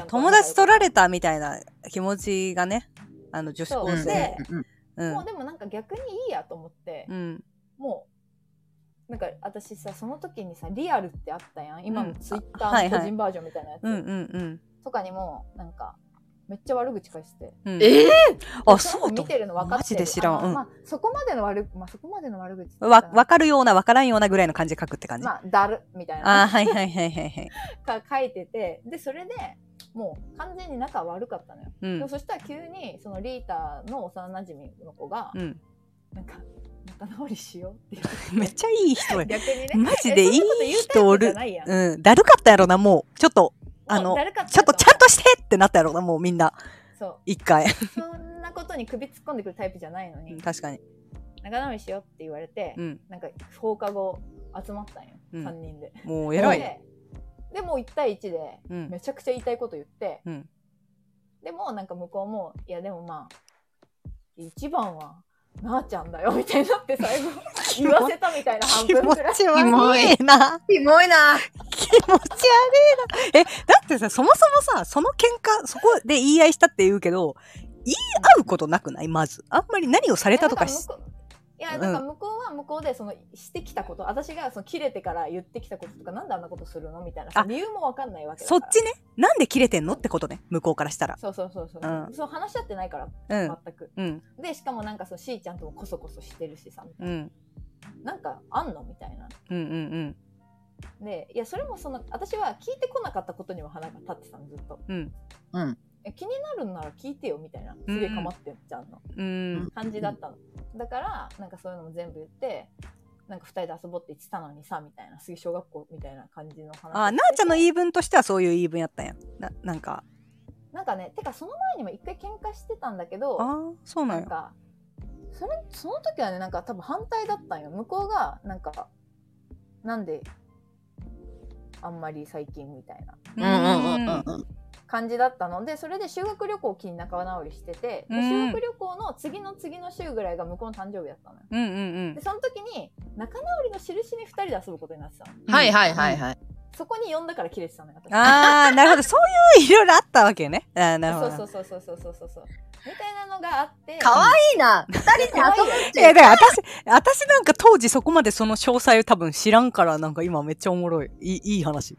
[SPEAKER 2] しーちゃ
[SPEAKER 1] ー
[SPEAKER 2] んと
[SPEAKER 1] 友達取られたみたいな気持ちがねあの女子高
[SPEAKER 2] そう
[SPEAKER 1] 生
[SPEAKER 2] で
[SPEAKER 3] うん
[SPEAKER 1] うん
[SPEAKER 2] もうでもなんか逆にいいやと思って、
[SPEAKER 1] うん
[SPEAKER 2] もうなんか私さその時にさリアルってあったやん今
[SPEAKER 1] う
[SPEAKER 2] の
[SPEAKER 1] ん
[SPEAKER 2] ツイッタ
[SPEAKER 1] あはい
[SPEAKER 2] ー
[SPEAKER 1] は
[SPEAKER 2] の
[SPEAKER 1] い
[SPEAKER 2] 個人バージョンみたいなやつ、
[SPEAKER 1] うんうん
[SPEAKER 2] とかにもなんかめっちゃ悪口返して
[SPEAKER 1] うんうん
[SPEAKER 3] ええ
[SPEAKER 1] あ
[SPEAKER 2] それ
[SPEAKER 1] そう
[SPEAKER 2] も
[SPEAKER 1] と
[SPEAKER 2] 見てるの分かってる
[SPEAKER 1] マジで知らん
[SPEAKER 2] あの
[SPEAKER 1] うん
[SPEAKER 2] まあ、そこまでの悪、まあ、そこまでの悪口って言った
[SPEAKER 1] わ
[SPEAKER 2] ら
[SPEAKER 1] 分かるような分からんようなぐらいの感じで書くって感じ、
[SPEAKER 2] まあだるみたい
[SPEAKER 1] あー
[SPEAKER 2] な
[SPEAKER 1] はいはいはいはいはい
[SPEAKER 2] か書いててでそれでもう完全に仲悪かったのよ、
[SPEAKER 1] う
[SPEAKER 2] で
[SPEAKER 1] ん
[SPEAKER 2] もそしたら急にそのリータの幼馴染の子が、
[SPEAKER 1] うん
[SPEAKER 2] なんか仲直りしようって言
[SPEAKER 1] め
[SPEAKER 2] っ
[SPEAKER 1] ってちゃいい 人や
[SPEAKER 2] 逆にね
[SPEAKER 1] マジでいい人おる
[SPEAKER 2] えそんなこと言うタイプじゃないやん
[SPEAKER 1] うんだるかったやろなもうちょっとあの
[SPEAKER 2] もう誰か
[SPEAKER 1] ちょっとちゃんとしてってなったやろなもうみんな
[SPEAKER 2] そ
[SPEAKER 1] 一回
[SPEAKER 2] うそんなことに首突っ込んでくるタイプじゃないの
[SPEAKER 1] う
[SPEAKER 2] に
[SPEAKER 1] ん確かに
[SPEAKER 2] 仲直りしようって言われて、
[SPEAKER 1] うん
[SPEAKER 2] なんか放課後集まったんよ、
[SPEAKER 1] うん
[SPEAKER 2] 3人で
[SPEAKER 1] もう偉い
[SPEAKER 2] ででもう1対1で
[SPEAKER 1] うん
[SPEAKER 2] めちゃくちゃ言いたいこと言って、
[SPEAKER 1] うん
[SPEAKER 2] でもなんか向こうもいやでもまあ一番はなあちゃんだよみたいになって最後言わせたみたいな半
[SPEAKER 1] 気
[SPEAKER 2] 分
[SPEAKER 1] 持
[SPEAKER 2] くらい
[SPEAKER 1] ち悪いな
[SPEAKER 3] キモいな。
[SPEAKER 1] 気持ち悪いな。え、だってさ、そもそもさ、その喧嘩、そこで言い合いしたって言うけど、言い合うことなくないまず。あんまり何をされたとかし、
[SPEAKER 2] いやなんか向こうは向こうでそのしてきたこと、私がその切れてから言ってきたこととかなんであんなことするのみたいな
[SPEAKER 1] あ
[SPEAKER 2] 理由もわかんないわけだか
[SPEAKER 1] そ
[SPEAKER 2] ら
[SPEAKER 1] っちね。なんで切れてんのってことね。向こうからしたら。
[SPEAKER 2] そうそうそうそう、
[SPEAKER 1] う
[SPEAKER 2] そう話し合ってないから
[SPEAKER 1] うん。
[SPEAKER 2] 全く、
[SPEAKER 1] うん。
[SPEAKER 2] でしかもなんかそのしーちゃんともこそこそしてるしさみた
[SPEAKER 1] う
[SPEAKER 2] いな,、
[SPEAKER 1] ん。
[SPEAKER 2] なんかあんのみたいな
[SPEAKER 1] うんうん
[SPEAKER 2] でいやそれもその私は聞いてこなかったことにも鼻が立ってたのずっと
[SPEAKER 1] うん
[SPEAKER 3] うん
[SPEAKER 2] え気になるんなら聞いてよみたいなすげえ構ってんじゃんの
[SPEAKER 1] うん。うん。
[SPEAKER 2] 感じだったの、だからなんかそういうのも全部言ってなんか2人で遊ぼうって言ってたのにさみたいなすげえ小学校みたいな感じの話をしてて
[SPEAKER 1] あー、なあちゃんの言い分としてはそういう言い分やったんや。な、なんか、
[SPEAKER 2] なんかねてかその前にも一回喧嘩してたんだけど
[SPEAKER 1] ああ、そうな
[SPEAKER 2] なんん
[SPEAKER 1] や。
[SPEAKER 2] かそれその時はねなんか多分反対だったんよ向こうがなんかなんであんまり最近みたいな
[SPEAKER 1] う
[SPEAKER 3] うん。
[SPEAKER 2] 感じだったのでそれで修学旅行を機に仲直りしてて、で
[SPEAKER 1] うん
[SPEAKER 2] 修学旅行の次の次の週ぐらいが向こうの誕生日だったのよ
[SPEAKER 1] うんうん
[SPEAKER 2] でその時に仲直りの印に2人で遊ぶことになってたの
[SPEAKER 1] うん。
[SPEAKER 3] はいはいはいはい。
[SPEAKER 2] そこに呼んだから切れてたのよ私
[SPEAKER 1] ああ、なるほど。そういういろいろあったわけね。あーなるほど。
[SPEAKER 2] そうそうそうそうそうそうそうみたいなのがあって
[SPEAKER 3] かわいいな。二人で遊ぶっ
[SPEAKER 1] い
[SPEAKER 3] てい
[SPEAKER 1] や、
[SPEAKER 3] う
[SPEAKER 1] だから私、私なんか当時そこまでその詳細を多分知らんから、なんか今めっちゃおもろい。いいいい話。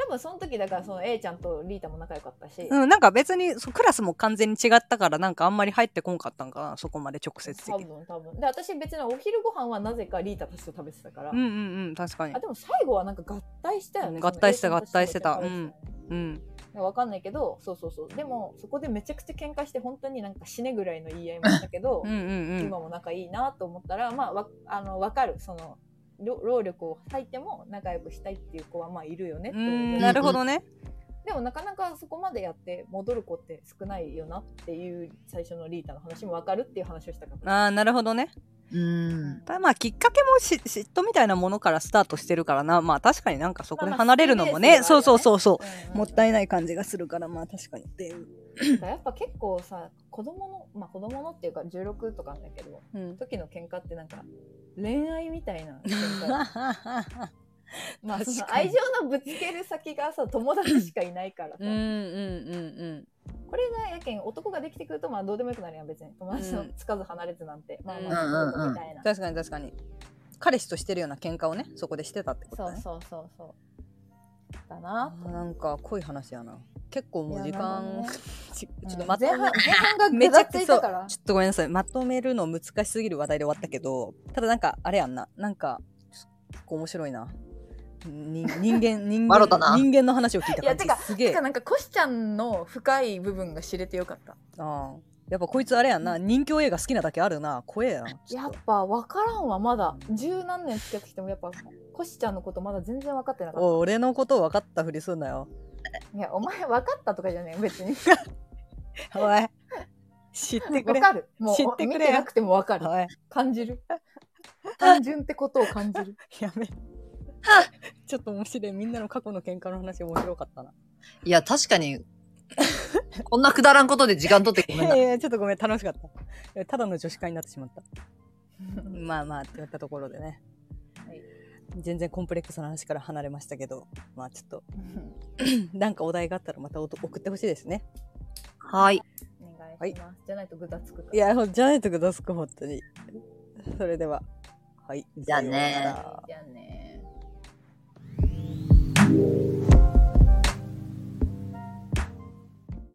[SPEAKER 2] 多分その時だからその A ちゃんとリータも仲良かったし、
[SPEAKER 1] うん、なんか別にそうクラスも完全に違ったから、なんかあんまり入ってこんかったんかな、そこまで直接的
[SPEAKER 2] 多
[SPEAKER 1] に。
[SPEAKER 2] 分多分で私別にお昼ご飯はなぜかリータたちと食べてたから、
[SPEAKER 1] うんうんうん、確かに
[SPEAKER 2] あ。でも最後はなんか合体したよ
[SPEAKER 1] う
[SPEAKER 2] ね
[SPEAKER 1] ん合体した
[SPEAKER 2] その A ちゃんと
[SPEAKER 1] 合体してたうんうん。
[SPEAKER 2] わかんないけどそうそうそうでもそこでめちゃくちゃ喧嘩して本当になんか死ねぐらいの言い合いもしたけど
[SPEAKER 1] うんう、ん
[SPEAKER 2] 今も仲いいなと思ったらまあわあのわかるその労労力を割いても仲良くしたいっていう子はまあいるよね
[SPEAKER 1] う
[SPEAKER 2] と
[SPEAKER 1] ん。う、
[SPEAKER 2] 思うん
[SPEAKER 1] なるほどね。
[SPEAKER 2] でもなかなかそこまでやって戻る子って少ないよなっていう最初のリータの話もわかるっていう話をしたかった。
[SPEAKER 1] ああ、なるほどね。
[SPEAKER 3] うん。
[SPEAKER 1] ただまあきっかけもし嫉妬みたいなものからスタートしてるからな。まあ確かになんかそこで離れるのも
[SPEAKER 2] まあ
[SPEAKER 1] ね。
[SPEAKER 2] まあ
[SPEAKER 1] そうそうそうそう。
[SPEAKER 2] うんうん
[SPEAKER 1] もったいない感じがするから、まあ確かにっていう。
[SPEAKER 2] なんかやっぱ結構さ子供のまあ子供のっていうか16とかなんだけど
[SPEAKER 1] うん。
[SPEAKER 2] 時の喧嘩ってなんか恋愛みたいな喧嘩 まあそ
[SPEAKER 1] 確
[SPEAKER 2] の
[SPEAKER 1] かに
[SPEAKER 2] 愛情のぶつける先がさ友達しかいないからさ、
[SPEAKER 1] うんうんうんうん。
[SPEAKER 2] これがやけん男ができてくるとまあどうでもよくなるやん別に友達
[SPEAKER 1] う
[SPEAKER 2] の
[SPEAKER 1] ん
[SPEAKER 2] つかず離れずなんて、まあ
[SPEAKER 3] うんうん
[SPEAKER 2] ま
[SPEAKER 3] う
[SPEAKER 2] あ
[SPEAKER 3] ん
[SPEAKER 2] みたいな、
[SPEAKER 1] 確かに確かに彼氏としてるような喧嘩をねそこでしてたってこと
[SPEAKER 2] そ
[SPEAKER 1] だ
[SPEAKER 2] う
[SPEAKER 1] ね
[SPEAKER 2] そうそうそうだ
[SPEAKER 1] あ
[SPEAKER 2] な
[SPEAKER 1] ーなんか濃い話やな結構もう時
[SPEAKER 2] いやなるほど
[SPEAKER 1] 間、
[SPEAKER 2] ねうん
[SPEAKER 1] ちょっとまと
[SPEAKER 2] 前
[SPEAKER 1] め
[SPEAKER 2] 半前半が
[SPEAKER 1] め
[SPEAKER 2] ぐ
[SPEAKER 1] ちゃ
[SPEAKER 2] らつ
[SPEAKER 1] くちゃ
[SPEAKER 2] いたから
[SPEAKER 1] ちょっとごめんなさいまとめるの難しすぎる話題で終わったけどただなんかあれやんななんか結構面白いな に人間人間
[SPEAKER 3] 笑ったな
[SPEAKER 1] 人間の話を聞いた
[SPEAKER 2] いや
[SPEAKER 1] 感じ
[SPEAKER 2] てか
[SPEAKER 1] すげ
[SPEAKER 2] て
[SPEAKER 1] え
[SPEAKER 2] かなんかコシちゃんの深い部分が知れてよかった
[SPEAKER 1] あーやっぱこいつあれやんな人気映画好きなだけあるな怖えなちょ
[SPEAKER 2] や
[SPEAKER 1] っ
[SPEAKER 2] っ
[SPEAKER 1] と
[SPEAKER 2] ぱ分からんわまだ十何年付き合ってきてもやっぱコシちゃんのことまだ全然分かってなかっ
[SPEAKER 1] お俺のこと分かったふりすんなよ
[SPEAKER 2] たいやお前分かったとかじゃねえ 別に
[SPEAKER 1] おい知ってく
[SPEAKER 2] 分
[SPEAKER 1] れ
[SPEAKER 2] かるもう
[SPEAKER 1] 知ってくれ
[SPEAKER 2] 見てなくても分かる
[SPEAKER 1] おい
[SPEAKER 2] 感じ る単純ってことを感じる
[SPEAKER 1] やめ。ちょっと面白い。みんなの過去の喧嘩の話面白かったな。
[SPEAKER 3] いや、確かに、こんなくだらんことで時間取って
[SPEAKER 1] い
[SPEAKER 3] ごめんな
[SPEAKER 1] や い。や、ちょっとごめん。楽しかったいや。ただの女子会になってしまった。まあまあって言ったところでね。
[SPEAKER 2] はい
[SPEAKER 1] 全然コンプレックスの話から離れましたけど、まあちょっと、なんかお題があったらまたおと送ってほしいですね。
[SPEAKER 3] はい。
[SPEAKER 2] お願いします。
[SPEAKER 1] はい
[SPEAKER 2] じゃないとグダつくから
[SPEAKER 1] いや、ほんじゃないとくだすく、本当に。それでは、はい。
[SPEAKER 3] じゃあね
[SPEAKER 1] さようなら
[SPEAKER 2] じゃあね。
[SPEAKER 4] 「